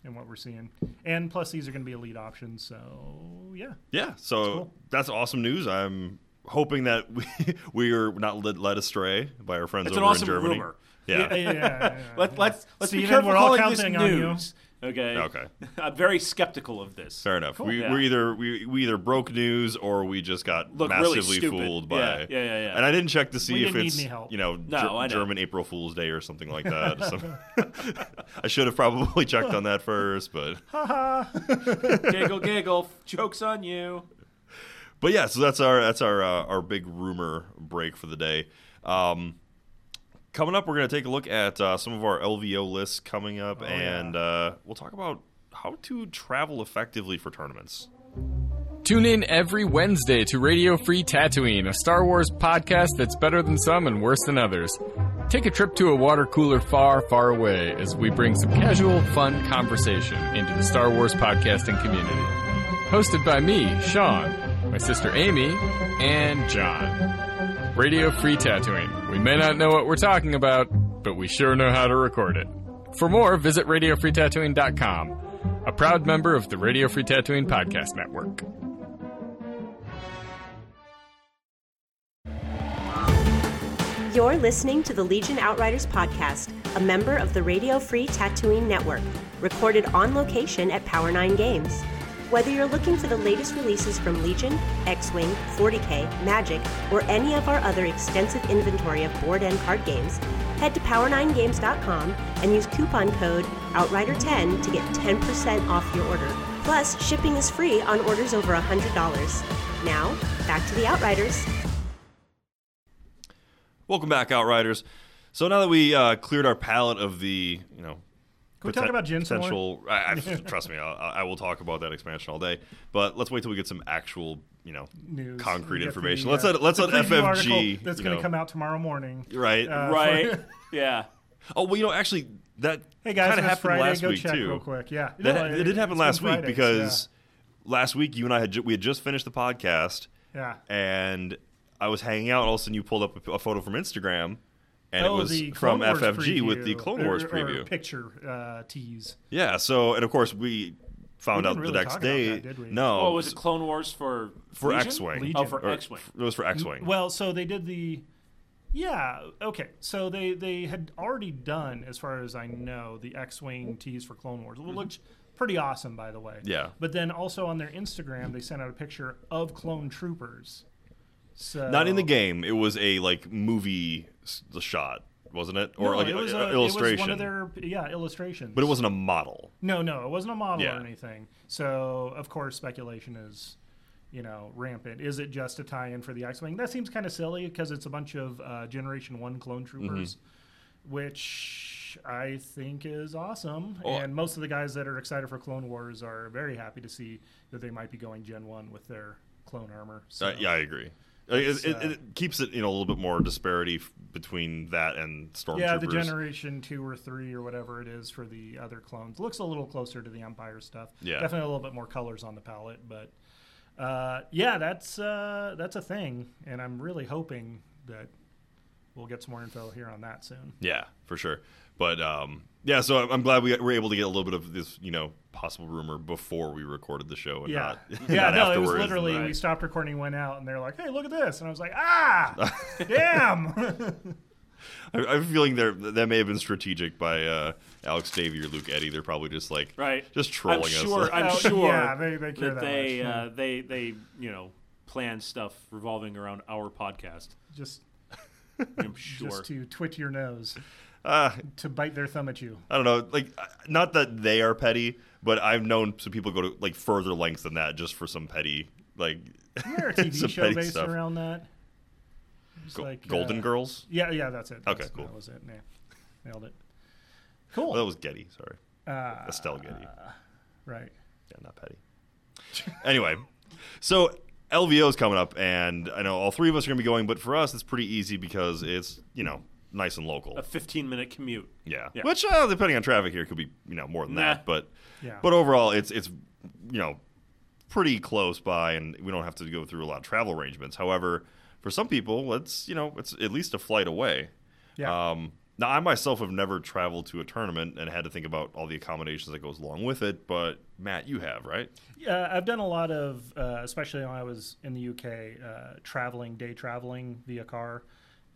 Speaker 8: In what we're seeing, and plus these are going to be elite options, so yeah.
Speaker 6: Yeah. So that's,
Speaker 8: cool.
Speaker 6: awesome news. I'm hoping that we, we are not led, led astray by our friends
Speaker 7: It's an
Speaker 6: over
Speaker 7: awesome
Speaker 6: in Germany.
Speaker 7: rumor.
Speaker 6: Yeah.
Speaker 8: yeah, yeah, yeah.
Speaker 7: Let, let's let's be
Speaker 8: Steven,
Speaker 7: careful
Speaker 8: we're all
Speaker 7: calling this
Speaker 8: counting on you.
Speaker 7: news. Okay.
Speaker 6: Okay.
Speaker 7: I'm very skeptical of this.
Speaker 6: Fair enough. we,
Speaker 7: Yeah.
Speaker 6: We're either we, we either broke news or we just got
Speaker 7: Look really
Speaker 6: massively
Speaker 7: stupid.
Speaker 6: fooled
Speaker 7: Yeah,
Speaker 6: by.
Speaker 7: yeah, yeah, yeah.
Speaker 6: And I didn't check to see
Speaker 8: We
Speaker 6: if
Speaker 8: didn't need
Speaker 6: it's
Speaker 8: any help.
Speaker 6: you know
Speaker 7: No,
Speaker 6: Ger-
Speaker 7: I know.
Speaker 6: German April Fool's Day or something like that. Some- I should have probably checked on that first, but
Speaker 7: giggle, giggle. Jokes on you.
Speaker 6: but yeah. So that's our that's our uh, our big rumor break for the day. Um, coming up, we're gonna take a look at uh, some of our LVO lists coming
Speaker 7: Oh,
Speaker 6: up, and uh, we'll talk about how to travel effectively for tournaments.
Speaker 5: Tune in every Wednesday to Radio Free Tatooine, a Star Wars podcast that's better than some and worse than others. Take a trip to a water cooler far, far away as we bring some casual, fun conversation into the Star Wars podcasting community. Hosted by me, Sean, my sister Amy, and John. Radio Free Tatooine. We may not know what we're talking about, but we sure know how to record it. For more, visit RadioFreeTatooine.com, a proud member of the Radio Free Tatooine Podcast Network.
Speaker 1: You're listening to the Legion Outriders podcast, a member of the Radio Free Tatooine Network, recorded on location at Power 9 Games. Whether you're looking for the latest releases from Legion, X Wing, 40K, Magic, or any of our other extensive inventory of board and card games, head to power9games.com and use coupon code OUTRIDER10 to get 10% off your order. Plus, shipping is free on orders over $100. Now, back to the Outriders.
Speaker 6: Welcome back, Outriders. So now that we uh, cleared our palate of the you know
Speaker 8: we talk
Speaker 6: poten-
Speaker 8: about Jin some more?
Speaker 6: potential. I, I, trust me, I, I will talk about that expansion all day. But let's wait till we get some actual, you know,
Speaker 8: News.
Speaker 6: concrete
Speaker 8: We get
Speaker 6: information.
Speaker 8: the,
Speaker 6: let's
Speaker 8: uh,
Speaker 6: let let's
Speaker 8: the
Speaker 6: let
Speaker 8: preview
Speaker 6: FFG.
Speaker 8: article That's
Speaker 6: you
Speaker 8: going
Speaker 6: know,
Speaker 8: to come out tomorrow morning. Uh,
Speaker 6: right.
Speaker 7: right? yeah.
Speaker 6: Oh well, you know, actually, that
Speaker 8: Hey guys,
Speaker 6: kind of
Speaker 8: it was
Speaker 6: happened
Speaker 8: Friday.
Speaker 6: last
Speaker 8: Go
Speaker 6: week
Speaker 8: check
Speaker 6: too.
Speaker 8: real quick. Yeah,
Speaker 6: That,
Speaker 8: No,
Speaker 6: it, did happen
Speaker 8: it's
Speaker 6: last
Speaker 8: been
Speaker 6: week
Speaker 8: Fridays,
Speaker 6: because last week you and I had ju- we had just finished the podcast,
Speaker 8: Yeah.
Speaker 6: and I was hanging out. All of a sudden, you pulled up a, a photo from Instagram, and
Speaker 8: Oh,
Speaker 6: it was
Speaker 8: the
Speaker 6: from
Speaker 8: Clone Wars
Speaker 6: FFG with the
Speaker 8: preview,
Speaker 6: Clone Wars
Speaker 8: or- or
Speaker 6: preview.
Speaker 8: picture uh, tease.
Speaker 6: Yeah. So, and of course, we found
Speaker 8: We
Speaker 6: out
Speaker 8: didn't
Speaker 6: the
Speaker 8: really
Speaker 6: next
Speaker 8: talk about
Speaker 6: day.
Speaker 8: that, did we?
Speaker 6: No,
Speaker 7: Oh, was it Clone Wars for
Speaker 6: for
Speaker 7: Legion?
Speaker 6: X-wing.
Speaker 7: Oh, for
Speaker 6: Or-
Speaker 7: X-wing.
Speaker 6: It was for X-wing.
Speaker 8: Well, so they did the. Yeah. Okay. So they they had already done, as far as I know, the X-wing tease for Clone Wars, which looked pretty awesome, by the way.
Speaker 6: Mm-hmm. Yeah.
Speaker 8: But then also on their Instagram, they sent out a picture of clone troopers. So
Speaker 6: Not in the game. It was a like movie s- the shot, wasn't it? Or
Speaker 8: No,
Speaker 6: like
Speaker 8: it was
Speaker 6: a-
Speaker 8: a-
Speaker 6: a
Speaker 8: it was
Speaker 6: illustration.
Speaker 8: one of their yeah illustrations.
Speaker 6: but it wasn't a model.
Speaker 8: No, no, it wasn't a model
Speaker 6: Yeah.
Speaker 8: or anything. So, of course, speculation is, you know, rampant. Is it just a tie-in for the X-wing? That seems kind of silly because it's a bunch of uh, Generation One clone
Speaker 6: Mm-hmm.
Speaker 8: troopers, which I think is awesome. and most of the guys that are excited for Clone Wars are very happy to see that they might be going Gen One with their clone armor. So,
Speaker 6: Uh, yeah, I agree. Uh, It, it, it keeps it you know a little bit more disparity f- between that and stormtroopers.
Speaker 8: Yeah, the generation two or three or whatever it is for the other clones looks a little closer to the Empire stuff.
Speaker 6: Yeah.
Speaker 8: definitely a little bit more colors on the palette, but uh, yeah, that's uh, that's a thing, and I'm really hoping that we'll get some more info here on that soon.
Speaker 6: Yeah, for sure. But um, yeah, so I'm- I'm glad we were able to get a little bit of this, you know, possible rumor before we recorded the show, and
Speaker 8: Yeah,
Speaker 6: not
Speaker 8: yeah,
Speaker 6: not
Speaker 8: no, it was
Speaker 6: afterwards.
Speaker 8: literally we stopped recording, went out, and they're like, "Hey, look at this," and I was like, "Ah, damn."
Speaker 6: I, I have a feeling there that may have been strategic by uh, Alex Davey or Luke Eddy. They're probably just like
Speaker 7: Right.
Speaker 6: just trolling
Speaker 7: I'm
Speaker 6: us.
Speaker 7: sure,
Speaker 8: Oh,
Speaker 7: I'm sure
Speaker 8: yeah, they- they care
Speaker 7: that,
Speaker 8: that
Speaker 7: they,
Speaker 8: much,
Speaker 7: uh, they, they, you know, plan stuff revolving around our podcast.
Speaker 8: just
Speaker 7: I'm sure.
Speaker 8: just to twit your nose, to bite their thumb at you.
Speaker 6: Ah, I don't know, like uh, not that they are petty, but I've known some people go to like further lengths than that just for some petty like
Speaker 8: Isn't there a TV
Speaker 6: Some
Speaker 8: show
Speaker 6: petty
Speaker 8: based
Speaker 6: stuff.
Speaker 8: around that? It's
Speaker 6: go-
Speaker 8: like,
Speaker 6: Golden
Speaker 8: uh,
Speaker 6: Girls.
Speaker 8: Yeah, yeah, that's it. That's-
Speaker 6: cool.
Speaker 8: That was it. Yeah. Nailed it.
Speaker 6: Oh,
Speaker 8: Cool.
Speaker 6: that was Getty. Sorry,
Speaker 8: Uh,
Speaker 6: Estelle Getty.
Speaker 8: right.
Speaker 6: Yeah, not petty. anyway, so LVO is coming up, and I know all three of us are going to be going, but for us, it's pretty easy because it's you know nice and local.
Speaker 7: a 15 minute commute.
Speaker 6: Yeah.
Speaker 7: yeah.
Speaker 6: which uh, depending on traffic here could be you know more than
Speaker 7: Nah.
Speaker 6: that, but
Speaker 8: Yeah.
Speaker 6: but overall, it's it's you know pretty close by, and we don't have to go through a lot of travel arrangements. However, for some people, it's you know it's at least a flight away.
Speaker 8: Yeah.
Speaker 6: Um, now, I myself have never traveled to a tournament and had to think about all the accommodations that goes along with it. But Matt, you have, right?
Speaker 8: yeah, I've done a lot of, uh, especially when I was in the UK, uh, traveling, day traveling via car,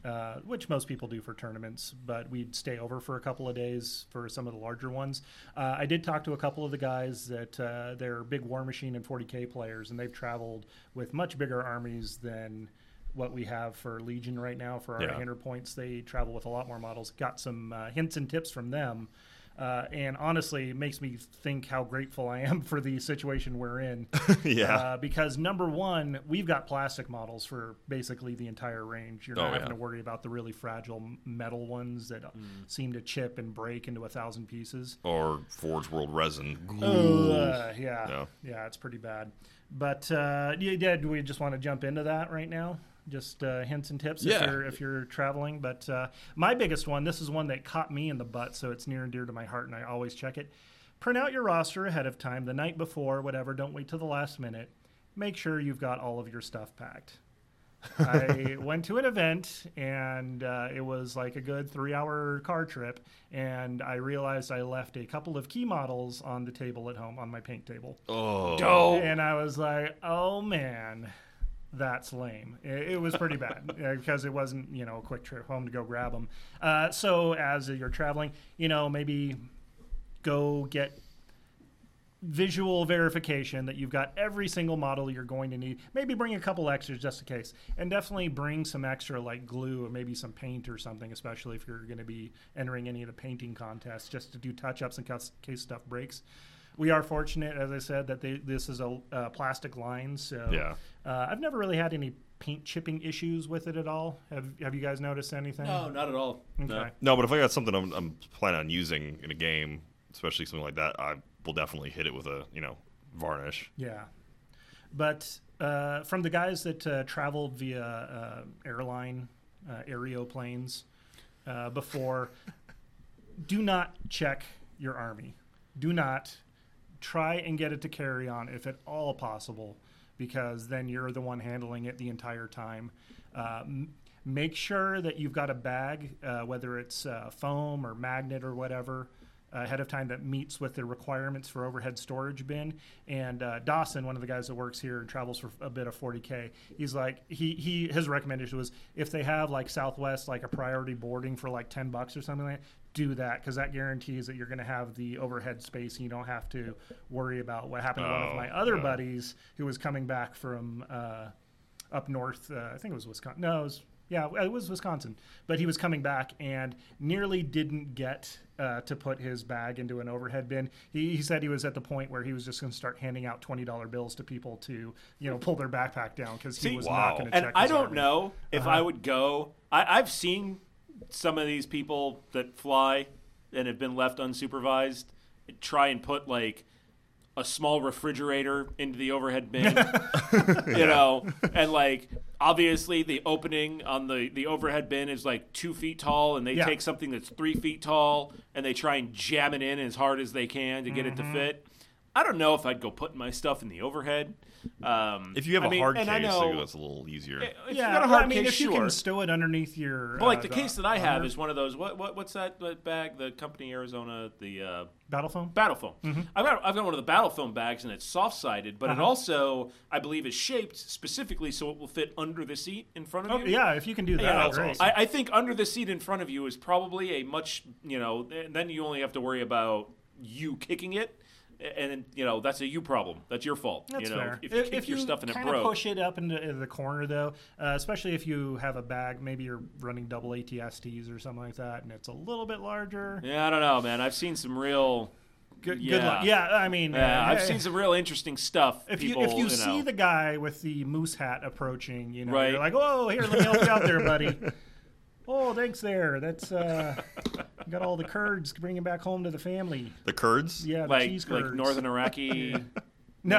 Speaker 8: uh, which most people do for tournaments, but we'd stay over for a couple of days for some of the larger ones. Uh, I did talk to a couple of the guys that uh, they're big War Machine and 40K players, and they've traveled with much bigger armies than what we have for Legion right now for our
Speaker 6: Yeah.
Speaker 8: 100 points. They travel with a lot more models. Got some uh, hints and tips from them. Uh, and honestly, it makes me think how grateful I am for the situation we're in.
Speaker 6: Yeah.
Speaker 8: Uh, because number one, we've got plastic models for basically the entire range. You're not
Speaker 6: Oh,
Speaker 8: having
Speaker 6: yeah.
Speaker 8: to worry about the really fragile m- metal ones that
Speaker 6: Mm.
Speaker 8: seem to chip and break into a thousand pieces.
Speaker 6: or Forge World Resin.
Speaker 8: Uh, yeah.
Speaker 6: No.
Speaker 8: Yeah, it's pretty bad. But uh, yeah, yeah, do we just want to jump into that right now? Just uh, hints and tips if,
Speaker 6: Yeah.
Speaker 8: you're, if you're traveling. But uh, my biggest one, this is one that caught me in the butt, so it's near and dear to my heart, and I always check it. Print out your roster ahead of time, the night before, whatever. Don't wait till the last minute. Make sure you've got all of your stuff packed. I went to an event and uh, it was like a good three hour car trip. And I realized I left a couple of key models on the table at home, on my paint table.
Speaker 6: oh,
Speaker 8: And I was like, oh man, that's lame. It, it was pretty bad uh, because it wasn't, you know, a quick trip home to go grab them. Uh, so as you're traveling, you know, maybe go get visual verification that you've got every single model you're going to need. Maybe bring a couple extras just in case. And definitely bring some extra like glue or maybe some paint or something, especially if you're going to be entering any of the painting contests just to do touch ups in cus- case stuff breaks. We are fortunate, as I said, that they, this is a uh, plastic line. So
Speaker 6: Yeah.
Speaker 8: uh, I've never really had any paint chipping issues with it at all. Have, have you guys noticed anything?
Speaker 7: No, Oh, not at all. No.
Speaker 8: Okay.
Speaker 6: no! But if I got something I'm, I'm planning on using in a game, especially something like that, I will definitely hit it with a you know varnish.
Speaker 8: Yeah, but uh, from the guys that uh, traveled via uh, airline uh, aeroplanes uh, before, do not check your army. Do not try and get it to carry on if at all possible, because then you're the one handling it the entire time. Uh, m- make sure that you've got a bag, uh, whether it's uh, foam or magnet or whatever, uh, ahead of time that meets with the requirements for overhead storage bin. And uh, Dawson, one of the guys that works here and travels for a bit of 40k, he's like he he his recommendation was if they have like Southwest like a priority boarding for like 10 bucks or something like that, do that because that guarantees that you're going to have the overhead space and you don't have to worry about what happened to one of
Speaker 6: Oh,
Speaker 8: my other
Speaker 6: yeah.
Speaker 8: buddies who was coming back from. Uh, up north. Uh, I think it was Wisconsin. No, it was yeah, it was Wisconsin. But he was coming back and nearly didn't get uh, to put his bag into an overhead bin. He, he said he was at the point where he was just going to start handing out twenty dollar bills to people to you know pull their backpack down because he
Speaker 7: See,
Speaker 8: was
Speaker 6: wow.
Speaker 8: not going to
Speaker 7: And
Speaker 8: check.
Speaker 7: I
Speaker 8: his
Speaker 7: don't
Speaker 8: army. Uh-huh.
Speaker 7: know if I would go. I, I've seen some of these people that fly and have been left unsupervised try and put like a small refrigerator into the overhead bin, you know, and like obviously the opening on the the overhead bin is like two feet tall, and they
Speaker 8: Yeah.
Speaker 7: take something that's three feet tall and they try and jam it in as hard as they can to get it
Speaker 6: Mm-hmm.
Speaker 7: to fit. I don't know if I'd go putting my stuff in the overhead. Um,
Speaker 6: If you have
Speaker 7: a
Speaker 6: a hard case,
Speaker 7: I
Speaker 6: I
Speaker 7: know,
Speaker 6: think that's a little easier.
Speaker 7: if
Speaker 8: Yeah,
Speaker 7: you got a
Speaker 8: well,
Speaker 7: hard
Speaker 8: I mean,
Speaker 7: case,
Speaker 8: if you
Speaker 7: sure.
Speaker 8: can stow it underneath your.
Speaker 7: but like
Speaker 8: uh,
Speaker 7: the case that I have
Speaker 8: under-
Speaker 7: is one of those. What, what what's that that bag? The company Arizona, the uh,
Speaker 8: battle foam.
Speaker 7: battle foam.
Speaker 8: Mm-hmm.
Speaker 7: I've got I've got one of the battle foam bags, and it's soft sided, but
Speaker 8: Uh-huh.
Speaker 7: it also I believe is shaped specifically so it will fit under the seat in front of
Speaker 8: Oh,
Speaker 7: you.
Speaker 8: yeah, if you can do that,
Speaker 7: Yeah,
Speaker 8: great.
Speaker 7: I, I think under the seat in front of you is probably a much you know. th- Then you only have to worry about you kicking it, and then, you know that's a you problem. That's your fault.
Speaker 8: That's
Speaker 7: you know,
Speaker 8: fair.
Speaker 7: if you kick your stuff and it
Speaker 8: kinda
Speaker 7: broke,
Speaker 8: push it up into, into the corner, though, uh, especially if you have a bag, maybe you're running double ATSTs or something like that, and it's a little bit larger.
Speaker 7: yeah, I don't know, man. I've seen some real.
Speaker 8: Good, good
Speaker 7: Yeah.
Speaker 8: luck. Yeah, I mean,
Speaker 7: Yeah,
Speaker 8: uh,
Speaker 7: I've
Speaker 8: hey,
Speaker 7: seen some real interesting stuff.
Speaker 8: If
Speaker 7: people,
Speaker 8: you if you,
Speaker 7: know.
Speaker 8: see the guy with the moose hat approaching, you know,
Speaker 7: Right.
Speaker 8: you're like, oh, here, let me help you out there, buddy. Oh, thanks there. That's uh, you got all the curds bringing back home to the family.
Speaker 6: The Kurds,
Speaker 8: Yeah, the
Speaker 7: like
Speaker 8: cheese curds.
Speaker 7: like northern Iraqi
Speaker 8: No,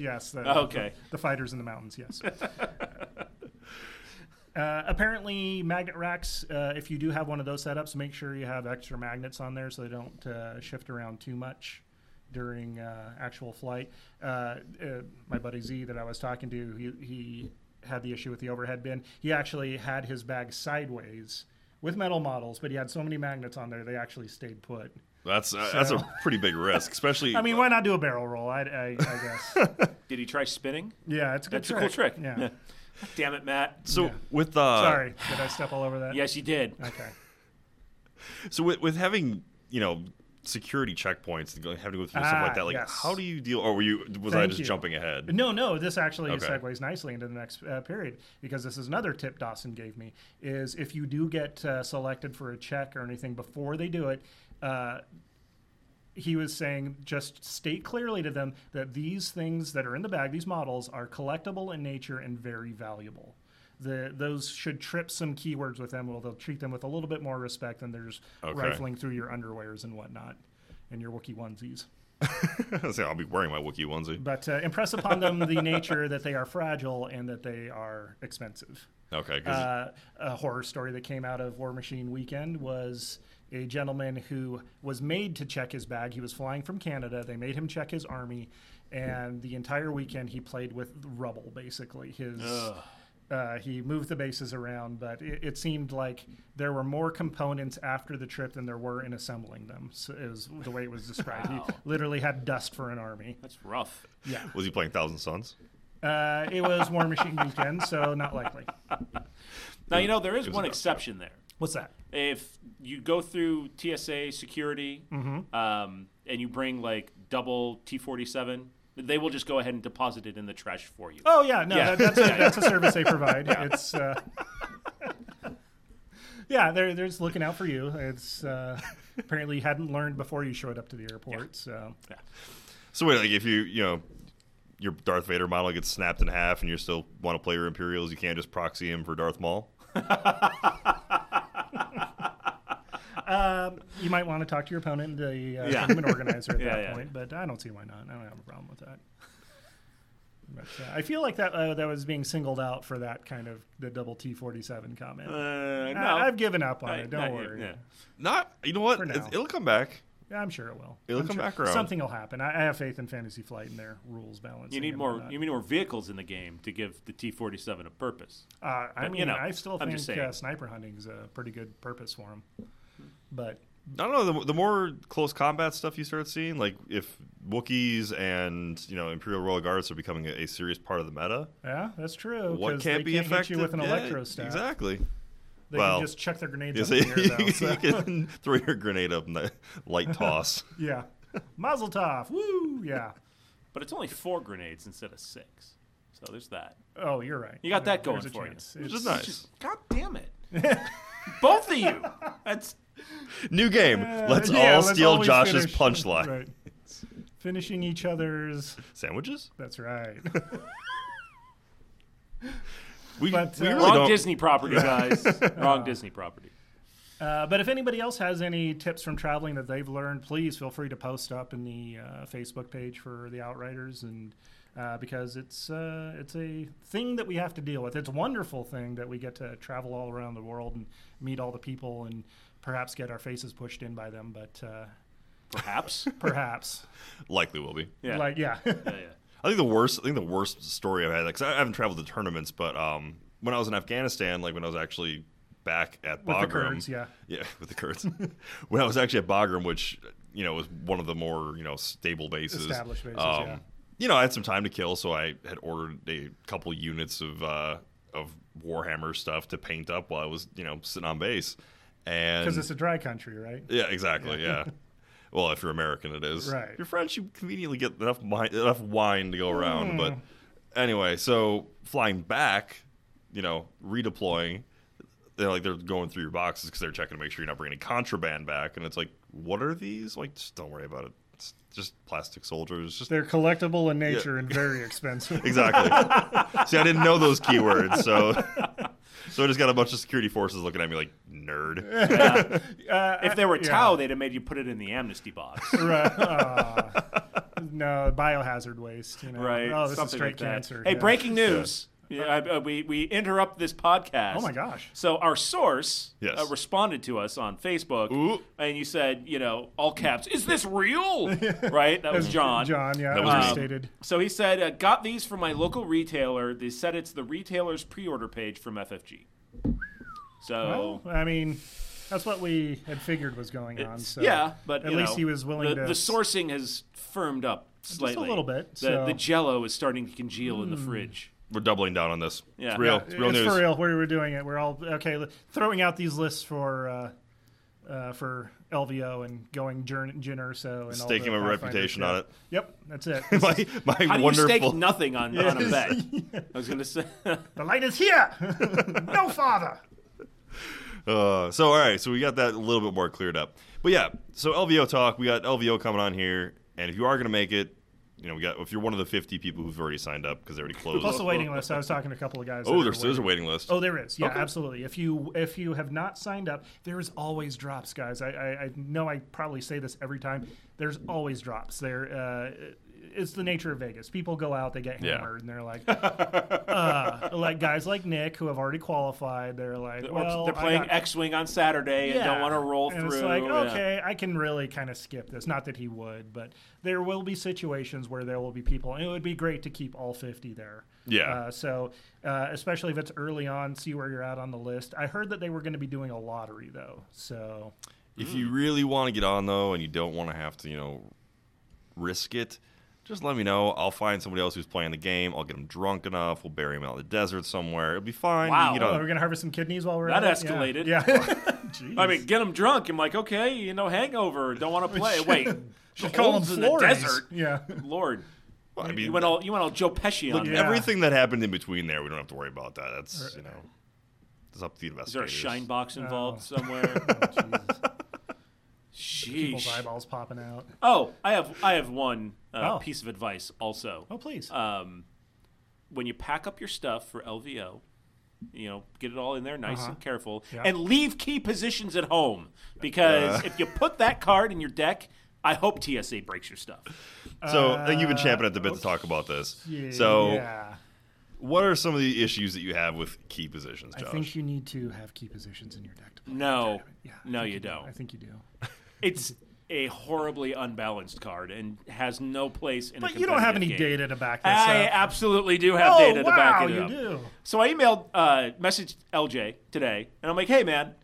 Speaker 8: yes. The,
Speaker 7: Oh, okay.
Speaker 8: The, fighters in the mountains, yes. Uh, apparently, magnet racks. Uh, if you do have one of those setups, make sure you have extra magnets on there so they don't uh, shift around too much during uh, actual flight. Uh, uh, my buddy Z that I was talking to, he, he had the issue with the overhead bin. He actually had his bag sideways with metal models, but he had so many magnets on there they actually stayed put.
Speaker 6: that's uh, that's a pretty big risk, especially.
Speaker 8: I mean, why not do a barrel roll? I, I, I guess.
Speaker 7: Did he try spinning?
Speaker 8: Yeah, it's a good
Speaker 7: That's a cool trick.
Speaker 8: yeah.
Speaker 7: Damn it, Matt.
Speaker 6: so with uh,
Speaker 8: Sorry, did I step all over that?
Speaker 7: Yes, you did.
Speaker 8: Okay.
Speaker 6: So with, with having you know security checkpoints and going, having to go through stuff
Speaker 8: Ah,
Speaker 6: like that, like
Speaker 8: yes.
Speaker 6: how do you deal? Or were you was I
Speaker 8: Thank
Speaker 6: just
Speaker 8: you.
Speaker 6: jumping ahead?
Speaker 8: No, no, this actually
Speaker 6: Okay.
Speaker 8: segues nicely into the next uh, period because this is another tip Dawson gave me is if you do get uh, selected for a check or anything before they do it, uh, he was saying just state clearly to them that these things that are in the bag, these models, are collectible in nature and very valuable. The, those should trip some keywords with them. Well, they'll treat them with a little bit more respect than they're just
Speaker 6: Okay.
Speaker 8: rifling through your underwears and whatnot and your Wookiee onesies.
Speaker 6: so I'll be wearing my Wookiee onesie.
Speaker 8: but uh, impress upon them the nature that they are fragile and that they are expensive.
Speaker 6: Okay, 'cause
Speaker 8: Uh, a horror story that came out of War Machine Weekend was a gentleman who was made to check his bag. He was flying from Canada. They made him check his army, and the entire weekend he played with rubble, basically. His. Uh, he moved the bases around, but it, it seemed like there were more components after the trip than there were in assembling them. So it was the way it was described. He literally had dust for an army.
Speaker 7: That's rough.
Speaker 6: was he playing Thousand Suns?
Speaker 8: Uh, it was War Machine Weekend, so not likely.
Speaker 7: Now you know there is
Speaker 6: was
Speaker 7: one
Speaker 6: about-
Speaker 7: exception there.
Speaker 8: What's that?
Speaker 7: If you go through TSA security
Speaker 8: Mm-hmm.
Speaker 7: um, and you bring like double T forty seven, they will just go ahead and deposit it in the trash for you.
Speaker 8: Oh yeah, no,
Speaker 7: Yeah.
Speaker 8: That, that's, a, that's a service they provide. It's uh, yeah, they're they're just looking out for you. It's uh, apparently you hadn't learned before you showed up to the airport. So
Speaker 6: So wait, like if you you know your Darth Vader model gets snapped in half and you still want to play your Imperials, you can't just proxy him for Darth Maul.
Speaker 8: Um, you might want to talk to your opponent, the uh,
Speaker 7: Yeah.
Speaker 8: tournament organizer, at
Speaker 7: Yeah,
Speaker 8: that
Speaker 7: yeah.
Speaker 8: point. But I don't see why not. I don't have a problem with that. But, uh, I feel like that uh, that was being singled out for that kind of the double T forty seven comment.
Speaker 7: Uh, no.
Speaker 8: I, have given up on
Speaker 7: Not-
Speaker 8: it. Don't
Speaker 7: not yet,
Speaker 8: worry.
Speaker 7: yeah.
Speaker 6: Not, you know what?
Speaker 8: For now.
Speaker 6: It's- It'll come back.
Speaker 8: Yeah, I'm sure it will.
Speaker 6: It'll
Speaker 8: I'm
Speaker 6: come
Speaker 8: sure
Speaker 6: back around.
Speaker 8: Something will happen. I, I have faith in Fantasy Flight and their rules balance.
Speaker 7: You need more. You need more vehicles in the game to give the T forty seven a purpose.
Speaker 8: Uh, I
Speaker 7: But,
Speaker 8: mean,
Speaker 7: you know,
Speaker 8: I still
Speaker 7: I'm
Speaker 8: think
Speaker 7: just
Speaker 8: uh,
Speaker 7: saying.
Speaker 8: sniper hunting is a pretty good purpose for them. But
Speaker 6: I don't know. The, the more close combat stuff you start seeing, like if Wookiees and you know Imperial Royal Guards are becoming a, a serious part of the meta,
Speaker 8: yeah, that's true.
Speaker 6: what
Speaker 8: Oh, 'cause
Speaker 6: can't
Speaker 8: they
Speaker 6: be
Speaker 8: can't hit
Speaker 6: effective?
Speaker 8: you with an
Speaker 6: Yeah,
Speaker 8: electro staff.
Speaker 6: Exactly.
Speaker 8: They
Speaker 6: Well,
Speaker 8: can just chuck their grenades
Speaker 6: You,
Speaker 8: up in
Speaker 6: see,
Speaker 8: the air, though. So.
Speaker 6: you can throw your grenade up and the light toss.
Speaker 8: yeah. Mazel tov. Woo! Yeah.
Speaker 7: But it's only four grenades instead of six. So there's that.
Speaker 8: Oh, you're right.
Speaker 7: You got that going
Speaker 8: There's a
Speaker 7: for you.
Speaker 8: chance.
Speaker 6: which is
Speaker 8: It's-
Speaker 6: nice.
Speaker 7: God damn it! Both of you. That's
Speaker 6: New game. let's
Speaker 8: Yeah,
Speaker 6: all steal
Speaker 8: always
Speaker 6: Josh's
Speaker 8: finish-
Speaker 6: punchline.
Speaker 8: Right. Finishing each other's.
Speaker 6: Sandwiches?
Speaker 8: That's right.
Speaker 6: We,
Speaker 8: But,
Speaker 6: we
Speaker 8: uh,
Speaker 6: really
Speaker 7: wrong
Speaker 6: don't.
Speaker 7: Disney property, guys. wrong Disney property.
Speaker 8: Uh, but if anybody else has any tips from traveling that they've learned, please feel free to post up in the uh, Facebook page for the Outriders, and uh, because it's uh, it's a thing that we have to deal with. It's a wonderful thing that we get to travel all around the world and meet all the people, and perhaps get our faces pushed in by them. But uh,
Speaker 7: Perhaps.
Speaker 8: perhaps,
Speaker 6: Likely will be.
Speaker 7: Yeah.
Speaker 8: like yeah,
Speaker 7: yeah, yeah.
Speaker 6: I think the worst. I think the worst story I've had because I haven't traveled to tournaments, but um, when I was in Afghanistan, like when I was actually back at
Speaker 8: With the
Speaker 6: Bagram,
Speaker 8: Kurds, yeah.
Speaker 6: yeah, with the Kurds, when I was actually at Bagram, which you know was one of the more you know stable bases, um,
Speaker 8: Established bases, yeah.
Speaker 6: You know, I had some time to kill, so I had ordered a couple units of uh, of Warhammer stuff to paint up while I was you know sitting on base, and
Speaker 8: because it's a dry country, right?
Speaker 6: yeah, exactly. Yeah. well, if you're American, it is.
Speaker 8: Right.
Speaker 6: Your French, you conveniently get enough mi- enough wine to go around. But
Speaker 8: Hmm.
Speaker 6: anyway, so flying back, you know, redeploying, they're like they're going through your boxes because they're checking to make sure you're not bringing any contraband back. And it's like, what are these? Like, just don't worry about it. It's just plastic soldiers. Just
Speaker 8: They're collectible in nature and very expensive.
Speaker 6: exactly. See, I didn't know those keywords, so so I just got a bunch of security forces looking at me like nerd.
Speaker 8: uh,
Speaker 7: If they were Tau, they'd have made you put it in the amnesty box.
Speaker 8: Right. Aw. no, biohazard waste. You know.
Speaker 7: right?
Speaker 8: Oh, this is
Speaker 7: Something
Speaker 8: straight
Speaker 7: like that.
Speaker 8: cancer.
Speaker 7: Hey,
Speaker 8: yeah.
Speaker 7: breaking news. Yeah, I- uh, we, we interrupt this podcast.
Speaker 8: Oh my gosh.
Speaker 7: So our source
Speaker 6: Yes.
Speaker 7: uh, responded to us on Facebook,
Speaker 6: Ooh.
Speaker 7: and you said, you know, all caps, is this real? right? That was John. Um,
Speaker 8: John, yeah,
Speaker 6: That was me.
Speaker 8: overstated.
Speaker 7: So he said, uh, got these from my local retailer. They said it's the retailer's pre-order page from FFG. So
Speaker 8: Well, I mean, that's what we had figured was going on. So
Speaker 7: yeah, but
Speaker 8: uh, at
Speaker 7: you
Speaker 8: least
Speaker 7: know,
Speaker 8: he was willing
Speaker 7: the,
Speaker 8: to.
Speaker 7: The sourcing has firmed up slightly,
Speaker 8: little bit,
Speaker 7: The,
Speaker 8: so- Hmm.
Speaker 7: the Jello is starting to congeal in the fridge.
Speaker 6: We're doubling down on this.
Speaker 7: Yeah.
Speaker 6: It's real.
Speaker 7: Yeah,
Speaker 6: It's real
Speaker 8: it's
Speaker 6: news.
Speaker 8: for real. We were doing it. We're all okay. l- Throwing out these lists for. Uh, uh, for LVO and going Jern- Jinner, so and all
Speaker 6: Staking my
Speaker 8: the Pathfinders,
Speaker 6: reputation
Speaker 8: yeah.
Speaker 6: on it.
Speaker 8: Yep, that's it.
Speaker 6: my my
Speaker 7: How do
Speaker 6: wonderful.
Speaker 7: you stake nothing on, on a bet? I was going to say.
Speaker 8: the light is here. no father.
Speaker 6: Uh, so all right, so we got that a little bit more cleared up. But yeah, so LVO talk. We got LVO coming on here, and if you are gonna make it, you know, we got if you're one of the 50 people who've already signed up because they already closed.
Speaker 8: Plus the waiting list. I was talking to a couple of guys. that
Speaker 6: oh,
Speaker 8: were
Speaker 6: there's there's a
Speaker 8: waiting.
Speaker 6: waiting list.
Speaker 8: Oh, there is. Yeah, absolutely. If you if you have not signed up, there is always drops, guys. I, I, I know I probably say this every time. There's always drops. There, uh, it's the nature of Vegas. People go out, they get
Speaker 6: Yeah.
Speaker 8: hammered, and they're like, uh, like guys like Nick who have already qualified. They're like,
Speaker 7: Or
Speaker 8: well,
Speaker 7: they're
Speaker 8: I
Speaker 7: playing
Speaker 8: got-
Speaker 7: X-wing on Saturday and don't
Speaker 8: yeah.
Speaker 7: want to roll
Speaker 8: and
Speaker 7: through.
Speaker 8: It's like,
Speaker 7: yeah.
Speaker 8: okay, I can really kind of skip this. Not that he would, but there will be situations where there will be people, and it would be great to keep all 50 there.
Speaker 6: Yeah.
Speaker 8: Uh, so, uh, especially if it's early on, see where you're at on the list. I heard that they were going to be doing a lottery, though. So,
Speaker 6: If you really want to get on though, and you don't want to have to, you know, risk it, just let me know. I'll find somebody else who's playing the game. I'll get them drunk enough. We'll bury them out in the desert somewhere. It'll be fine.
Speaker 7: Wow.
Speaker 6: You
Speaker 8: oh, we're
Speaker 6: know,
Speaker 8: going to harvest some kidneys while we're
Speaker 7: That
Speaker 8: at it? Yeah.
Speaker 7: escalated.
Speaker 8: Yeah.
Speaker 7: I mean, get them drunk. I'm like, okay, you know, hangover, don't want to play. Wait,
Speaker 8: Should call them
Speaker 7: Golds in the
Speaker 8: Flores.
Speaker 7: desert.
Speaker 8: Yeah.
Speaker 7: Lord,
Speaker 6: I
Speaker 7: you
Speaker 6: mean,
Speaker 7: went all you went all Joe Pesci on
Speaker 8: Look,
Speaker 7: me.
Speaker 8: yeah.
Speaker 6: everything that happened in between there, we don't have to worry about that. That's you know, it's up to the
Speaker 7: Is there a
Speaker 6: investigators.
Speaker 7: shine box involved
Speaker 8: Oh,
Speaker 7: somewhere? Sheesh.
Speaker 8: People's eyeballs popping out.
Speaker 7: Oh, I have I have one uh,
Speaker 8: Oh.
Speaker 7: piece of advice also.
Speaker 8: Oh, please.
Speaker 7: um, when you pack up your stuff for LVO, you know, get it all in there nice and careful,
Speaker 8: Uh-huh. Yeah.
Speaker 7: and leave key positions at home because if you put that card in your deck, I hope TSA breaks your stuff.
Speaker 6: So I think you've been champing at the bit to talk about this. so
Speaker 8: yeah,
Speaker 6: what are some of the issues that you have with key positions,
Speaker 8: I
Speaker 6: Josh?
Speaker 8: think you need to have key positions in your deck. To play.
Speaker 7: No,
Speaker 8: Yeah, I
Speaker 7: no,
Speaker 8: think
Speaker 7: you
Speaker 8: I
Speaker 7: don't.
Speaker 8: think you do.
Speaker 7: It's a horribly unbalanced card and has no place in. a
Speaker 8: But you don't have any
Speaker 7: competitive game.
Speaker 8: data to back this
Speaker 7: I
Speaker 8: up.
Speaker 7: absolutely do have
Speaker 8: uh, Oh,
Speaker 7: data to
Speaker 8: wow,
Speaker 7: back it
Speaker 8: you
Speaker 7: up.
Speaker 8: do.
Speaker 7: So I emailed, uh, messaged LJ today, and I'm like, "Hey, man,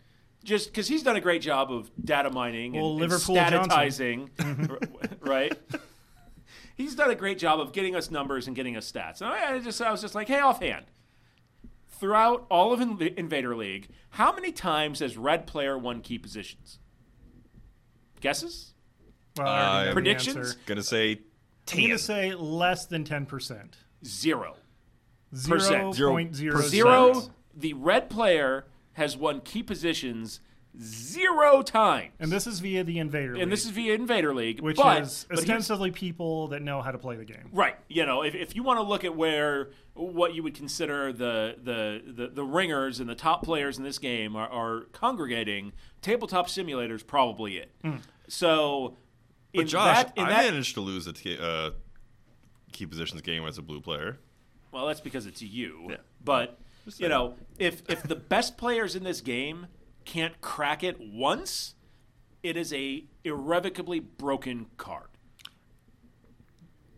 Speaker 7: just because he's done a great job of data mining and,
Speaker 8: Well,
Speaker 7: and
Speaker 8: Liverpool
Speaker 7: statizing, r- right? He's done a great job of getting us numbers and getting us stats." And I I just, I was just like, "Hey, offhand, throughout all of Inv- Invader League, how many times has Red Player won key positions? Guesses,
Speaker 8: Well, I already know the
Speaker 7: predictions?
Speaker 8: answer.
Speaker 6: Gonna say
Speaker 8: I'm gonna say less than ten percent.
Speaker 7: zero.
Speaker 8: Zero
Speaker 7: Percent.
Speaker 8: point zero
Speaker 7: Zero.
Speaker 8: cents.
Speaker 7: The red player has won key positions zero times,
Speaker 8: And this is via the Invader.
Speaker 7: And this
Speaker 8: League,
Speaker 7: is via Invader League,
Speaker 8: which
Speaker 7: but,
Speaker 8: is
Speaker 7: but here's-
Speaker 8: ostensibly people that know how to play the game.
Speaker 7: right. You know, if, if you want to look at where what you would consider the the the, the ringers and the top players in this game are, are congregating, tabletop simulators probably it.
Speaker 8: Hmm.
Speaker 7: So. in
Speaker 6: But Josh,
Speaker 7: that, in
Speaker 6: I
Speaker 7: that,
Speaker 6: managed to lose a t- uh, key positions game as a blue player.
Speaker 7: Well, that's because it's you. But you know, if if the best players in this game can't crack it once, it is a irrevocably broken card.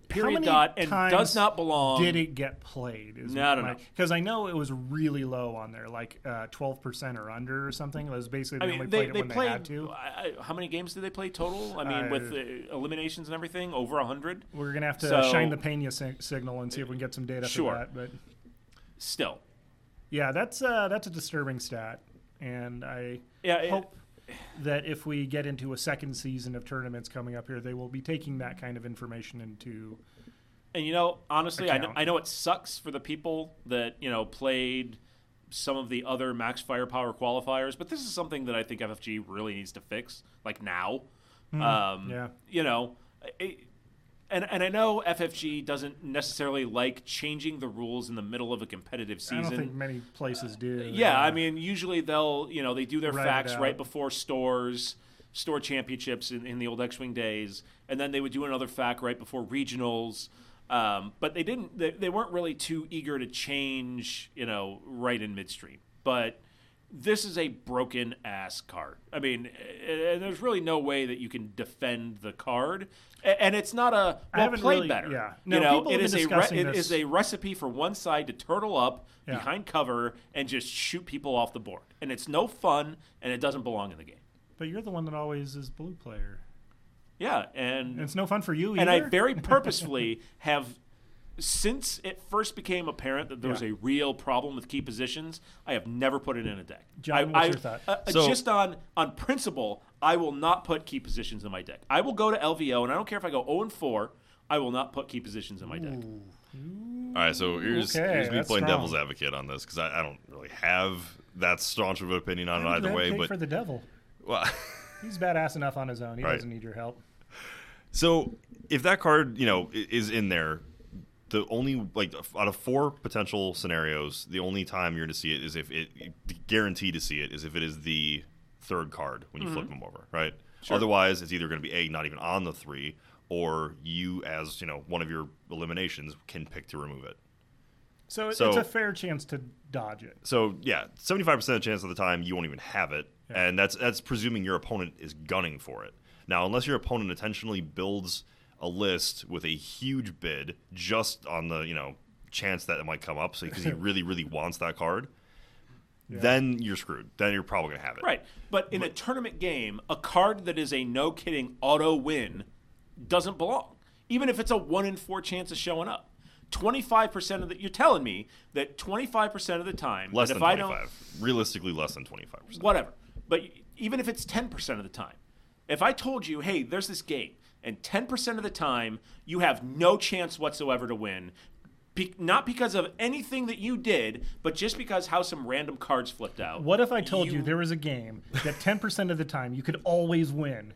Speaker 8: How
Speaker 7: Period
Speaker 8: many
Speaker 7: dot and
Speaker 8: times
Speaker 7: does not belong.
Speaker 8: Did it get played? Is
Speaker 7: No, I don't know.
Speaker 8: Because I know it was really low on there, like uh, twelve percent or under or something. It was basically
Speaker 7: I
Speaker 8: they
Speaker 7: mean,
Speaker 8: only
Speaker 7: they,
Speaker 8: played it
Speaker 7: they
Speaker 8: when
Speaker 7: played.
Speaker 8: they
Speaker 7: uh,
Speaker 8: had to.
Speaker 7: I- I- how many games did they play total? I mean,
Speaker 8: Uh,
Speaker 7: with the eliminations and everything, over hundred.
Speaker 8: We're gonna have to
Speaker 7: So-
Speaker 8: shine the Pena sig- signal and see if we can get some data
Speaker 7: Sure.
Speaker 8: for that. But
Speaker 7: Still,
Speaker 8: yeah, that's uh, that's a disturbing stat, and I
Speaker 7: Yeah, it-
Speaker 8: hope that if we get into a second season of tournaments coming up here, they will be taking that kind of information into.
Speaker 7: And you know, honestly, I know,
Speaker 8: Account.
Speaker 7: I know it sucks for the people that you know played some of the other max firepower qualifiers, but this is something that I think FFG really needs to fix, like now. um,
Speaker 8: Hmm. yeah.
Speaker 7: You know, it, and and I know FFG doesn't necessarily like changing the rules in the middle of a competitive
Speaker 8: I
Speaker 7: season. Uh,
Speaker 8: don't think many places do.
Speaker 7: Yeah, I mean, usually they'll you know they do their
Speaker 8: Write it
Speaker 7: facts right
Speaker 8: out.
Speaker 7: before stores, store championships in, in the old X-wing days, and then they would do another fact right before regionals. Um, but they didn't. They, they weren't really too eager to change, you know, right in midstream. But this is a broken ass card. I mean, a- and there's really no way that you can defend the card. A- And it's not a
Speaker 8: I
Speaker 7: well
Speaker 8: haven't
Speaker 7: played
Speaker 8: really-
Speaker 7: better.
Speaker 8: yeah.
Speaker 7: you
Speaker 8: No,
Speaker 7: know,
Speaker 8: people
Speaker 7: it
Speaker 8: have been
Speaker 7: is a
Speaker 8: discussing
Speaker 7: it
Speaker 8: this.
Speaker 7: is a recipe for one side to turtle up
Speaker 8: Yeah.
Speaker 7: behind cover and just shoot people off the board. And it's no fun and it doesn't belong in the game.
Speaker 8: but you're the one that always is blue player.
Speaker 7: Yeah, and
Speaker 8: And it's no fun for you either.
Speaker 7: and I very purposefully have since it first became apparent that there was
Speaker 8: Yeah.
Speaker 7: a real problem with key positions, I have never put it in a deck.
Speaker 8: John,
Speaker 7: I,
Speaker 8: what's
Speaker 7: I-
Speaker 8: your thought?
Speaker 7: uh, uh,
Speaker 6: So-
Speaker 7: just on on principle, I will not put key positions in my deck. I will go to LVO, and I don't care if I go zero and four. I will not put key positions in my deck.
Speaker 6: All right, so here's,
Speaker 8: Okay,
Speaker 6: here's me
Speaker 8: that's
Speaker 6: playing
Speaker 8: strong.
Speaker 6: devil's advocate on this because I, I don't really have that staunch of an opinion on it either way.
Speaker 8: Advocate
Speaker 6: But
Speaker 8: for the devil,
Speaker 6: well,
Speaker 8: he's badass enough on his own. He
Speaker 6: Right.
Speaker 8: doesn't need your help.
Speaker 6: so if that card, you know, i- is in there, the only like out of four potential scenarios, the only time you're going to see it is if it guaranteed to see it is if it is the third card when you flip them over, right? Otherwise, it's either going to be a not even on the three, or you as you know one of your eliminations can pick to remove it.
Speaker 8: So, it-
Speaker 6: So-
Speaker 8: it's a fair chance to dodge it.
Speaker 6: So yeah, seventy five percent chance of the time you won't even have it, and that's that's presuming your opponent is gunning for it. Now, unless your opponent intentionally builds a list with a huge bid just on the you know chance that it might come up, so because he really really wants that card, then you're screwed. Then you're probably gonna have it.
Speaker 7: Right. But in a tournament game, a card that is a no kidding auto win doesn't belong, even if it's a one in four chance of showing up. 25% of the, you're telling me that 25% of the time,
Speaker 6: Less
Speaker 7: that
Speaker 6: than
Speaker 7: if I
Speaker 6: twenty
Speaker 7: don't,
Speaker 6: five. Realistically, less than twenty five percent.
Speaker 7: whatever, but even if it's 10% of the time, if I told you, hey, there's this game, and 10% of the time you have no chance whatsoever to win, be, not because of anything that you did, but just because how some random cards flipped out.
Speaker 8: What if I told you, there was a game that 10% of the time you could always win?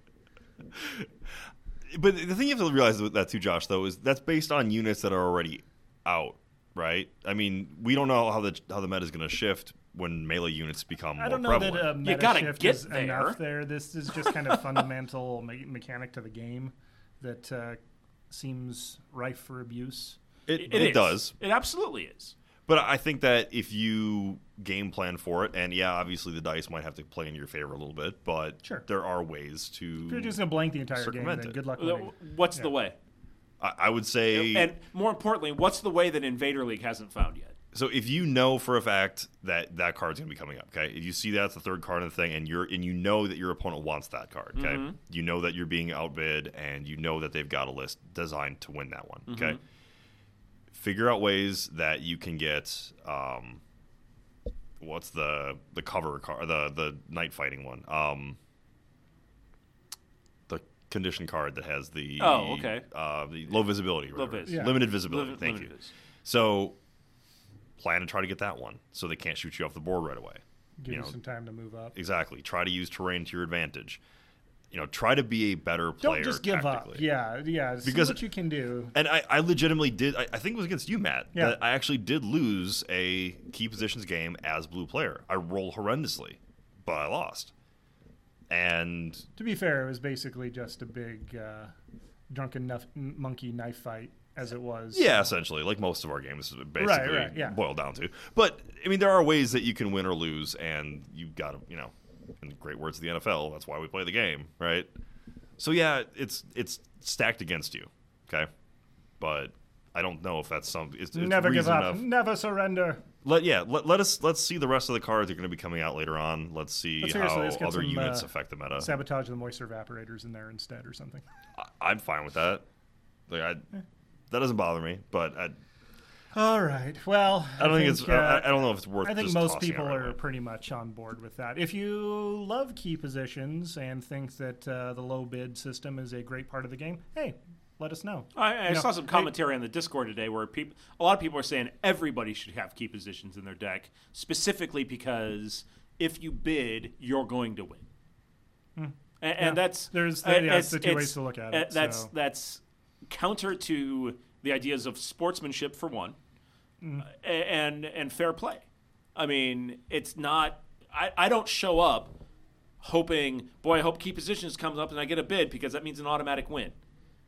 Speaker 6: But the thing you have to realize with that too, Josh, though, is that's based on units that are already out. right? I mean, we don't know how the how the meta is going to shift when melee units become
Speaker 8: I don't know
Speaker 6: more prevalent.
Speaker 8: that uh, a meta
Speaker 7: gotta
Speaker 8: shift
Speaker 7: get
Speaker 8: is enough there. This is just kind of fundamental me- mechanic to the game that uh, seems rife for abuse.
Speaker 6: it,
Speaker 7: It is.
Speaker 6: does,
Speaker 7: It absolutely is.
Speaker 6: but I think that if you game plan for it, and yeah, obviously the dice might have to play in your favor a little bit, but
Speaker 8: Sure.
Speaker 6: there are ways to.
Speaker 8: If you're just going to blank the entire
Speaker 6: Circumvent
Speaker 8: game, then
Speaker 6: it.
Speaker 8: good luck
Speaker 7: The-
Speaker 8: winning.
Speaker 7: What's the way?
Speaker 6: I, I would say,
Speaker 7: And more importantly, what's the way that Invader League hasn't found yet?
Speaker 6: so if you know for a fact that that card's going to be coming up, okay, if you see that's the third card in the thing, and you're and you know that your opponent wants that card, okay,
Speaker 7: Mm-hmm.
Speaker 6: you know that you're being outbid, and you know that they've got a list designed to win that one, okay.
Speaker 7: Mm-hmm.
Speaker 6: Figure out ways that you can get um, what's the the cover card, the the night fighting one, um, the condition card that has the
Speaker 7: Oh, okay.
Speaker 6: uh, the low visibility, or
Speaker 7: Low
Speaker 6: whatever.
Speaker 7: vis. Yeah.
Speaker 6: limited visibility.
Speaker 7: Lim-
Speaker 6: Thank
Speaker 7: limited
Speaker 6: you.
Speaker 7: is.
Speaker 6: So plan to try to get that one so they can't shoot you off the board right away.
Speaker 8: Give you
Speaker 6: know,
Speaker 8: some time to move up.
Speaker 6: Exactly. Try to use terrain to your advantage. You know, try to be a better player.
Speaker 8: Don't just give up.
Speaker 6: tactically.
Speaker 8: Yeah, yeah. See
Speaker 6: Because-
Speaker 8: what you can do.
Speaker 6: And I, I legitimately did. I, I think it was against you, Matt.
Speaker 8: Yeah.
Speaker 6: That I actually did lose a key positions game as blue player. I roll horrendously, but I lost. And
Speaker 8: To be fair, it was basically just a big uh, drunken nuff- m- monkey knife fight, as it was.
Speaker 6: yeah, essentially, like most of our games, basically
Speaker 8: right, yeah.
Speaker 6: boil down to. But I mean, there are ways that you can win or lose, and you got to, you know, in the great words of the NFL, that's why we play the game, right? So yeah, it's it's stacked against you, okay? But I don't know if that's some. It's, Uh-huh. it's
Speaker 8: Never give
Speaker 6: reason
Speaker 8: up.
Speaker 6: enough.
Speaker 8: Never surrender.
Speaker 6: let yeah let, let us let's see the rest of the cards that are going to be coming out later on. Let's see
Speaker 8: But seriously,
Speaker 6: how
Speaker 8: let's get
Speaker 6: other
Speaker 8: some,
Speaker 6: units
Speaker 8: uh,
Speaker 6: affect the meta.
Speaker 8: Sabotage the moisture evaporators in there instead, or something.
Speaker 6: I, am fine with that. Like I, that doesn't bother me. But I,
Speaker 8: All right. Well,
Speaker 6: I don't think, it's
Speaker 8: uh,
Speaker 6: I, I don't know if it's worth.
Speaker 8: I think
Speaker 6: just
Speaker 8: most
Speaker 6: tossing
Speaker 8: people
Speaker 6: out right
Speaker 8: are
Speaker 6: away.
Speaker 8: pretty much on board with that. If you love key positions and think that uh, the low bid system is a great part of the game, hey, let us know.
Speaker 7: I, I
Speaker 8: You know,
Speaker 7: saw some commentary on the Discord today where people, a lot of people are saying everybody should have key positions in their deck, specifically because if you bid, you're going to win. A- And, that's
Speaker 8: There's-
Speaker 7: a-
Speaker 8: yeah, it's the two
Speaker 7: it's-
Speaker 8: ways to look at
Speaker 7: a-
Speaker 8: it,
Speaker 7: That's
Speaker 8: so.
Speaker 7: that's counter to the ideas of sportsmanship for one,
Speaker 8: Mm-hmm.
Speaker 7: a- and and fair play. I mean, it's not. I, I don't show up hoping, boy, I hope key positions comes up and I get a bid because that means an automatic win.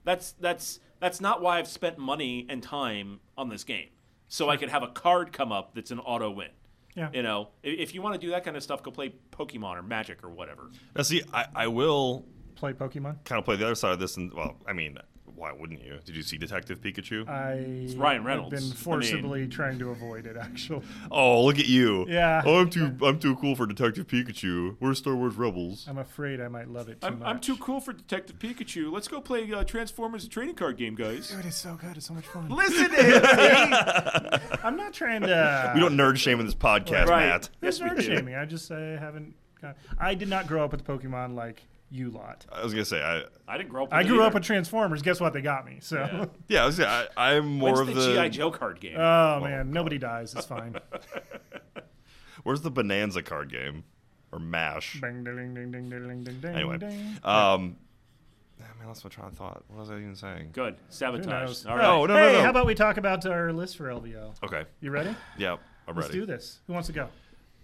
Speaker 7: That's that's that's not why I've spent money and time on this game. So I could have a card come up that's an auto win.
Speaker 8: Yeah.
Speaker 7: You know, i- if you want to do that kind of stuff, go play Pokemon or Magic or whatever.
Speaker 6: Now, see, I, I will
Speaker 8: play Pokemon.
Speaker 6: kind of play the other side of this, and well, I mean, why wouldn't you? Did you see Detective Pikachu?
Speaker 8: I
Speaker 7: Ryan
Speaker 8: have
Speaker 7: Reynolds. I
Speaker 8: been
Speaker 7: mean-
Speaker 8: forcibly trying to avoid it, actually.
Speaker 6: oh, look at you!
Speaker 8: Yeah.
Speaker 6: Oh, I'm too I'm too cool for Detective Pikachu. We're Star Wars Rebels.
Speaker 8: I'm afraid I might love it too
Speaker 7: I'm,
Speaker 8: much.
Speaker 7: I'm too cool for Detective Pikachu. Let's go play uh, Transformers, a trading card game, guys.
Speaker 8: Dude, it's so good. It's so much fun.
Speaker 7: Listen to him.
Speaker 8: I'm not trying to.
Speaker 6: We don't nerd shame in this podcast,
Speaker 7: Right.
Speaker 6: Matt.
Speaker 8: There's no shaming. I just I haven't. Got, I did not grow up with Pokemon like you lot.
Speaker 7: Uh,
Speaker 6: I was gonna say I.
Speaker 7: I didn't grow up. With
Speaker 8: I
Speaker 7: it
Speaker 8: grew up
Speaker 7: either.
Speaker 8: with Transformers. Guess what? They got me. So.
Speaker 6: Yeah, I was gonna, I, I'm more
Speaker 7: When's
Speaker 6: of
Speaker 7: the,
Speaker 6: the
Speaker 7: GI Joe card game.
Speaker 8: Oh man, nobody dies. It's fine.
Speaker 6: Where's the Bonanza card game or Mash?
Speaker 8: Bang, ding, ding, ding, ding, ding, ding, ding,
Speaker 6: Anyway,
Speaker 8: ding.
Speaker 6: um, I mean, lost my train of thought. What was I even saying?
Speaker 7: Good sabotage.
Speaker 8: knows?
Speaker 7: All right.
Speaker 6: No, no,
Speaker 8: hey,
Speaker 6: no, no.
Speaker 8: how about we talk about our list for LVO?
Speaker 6: okay.
Speaker 8: You ready?
Speaker 6: Yeah, I'm
Speaker 8: Let's
Speaker 6: ready.
Speaker 8: do this. Who wants to go?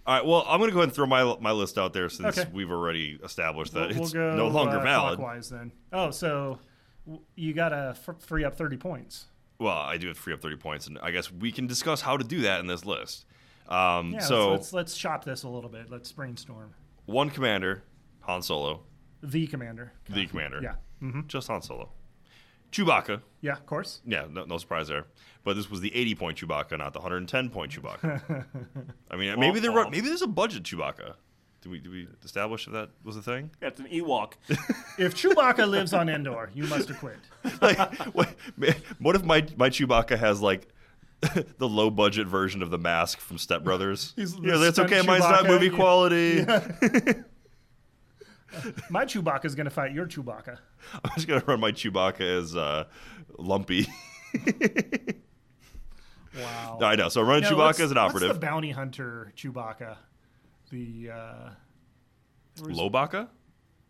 Speaker 6: All right. Well, I'm gonna go ahead and throw my my list out there since
Speaker 8: Okay.
Speaker 6: we've already established that
Speaker 8: We'll, we'll
Speaker 6: it's
Speaker 8: go
Speaker 6: no longer
Speaker 8: uh,
Speaker 6: valid.
Speaker 8: clockwise then. Oh, so w- you gotta f- free up thirty points.
Speaker 6: Well, I do have to free up 30 points, and I guess we can discuss how to do that in this list. Um,
Speaker 8: Yeah,
Speaker 6: so,
Speaker 8: let's, let's let's shop this a little bit. Let's brainstorm.
Speaker 6: one commander, Han Solo,
Speaker 8: The commander.
Speaker 6: the commander.
Speaker 8: Yeah. Mm,
Speaker 6: Just Han Solo. Chewbacca.
Speaker 8: Yeah, of course.
Speaker 6: Yeah, no, no surprise there. But this was the 80 point Chewbacca, not the 110 point Chewbacca. I mean, maybe there were, maybe there's a budget Chewbacca. Did we, did we establish if that was a thing?
Speaker 7: That's an Ewok.
Speaker 8: If Chewbacca lives on Endor, you must acquit.
Speaker 6: like, what, what if my, my Chewbacca has like the low budget version of the mask from Step Brothers?
Speaker 8: He's the
Speaker 6: yeah, that's
Speaker 8: stunt
Speaker 6: okay. Mine's not
Speaker 8: Chewbacca,
Speaker 6: movie
Speaker 8: yeah.
Speaker 6: quality.
Speaker 8: My Chewbacca's gonna fight your Chewbacca.
Speaker 6: I'm just gonna run my Chewbacca as uh, Lumpy.
Speaker 8: Wow.
Speaker 6: I know. So I run
Speaker 8: No,
Speaker 6: Chewbacca
Speaker 8: what's-
Speaker 6: as an
Speaker 8: What's the
Speaker 6: operative.
Speaker 8: bounty hunter Chewbacca? The uh,
Speaker 6: Lobaca?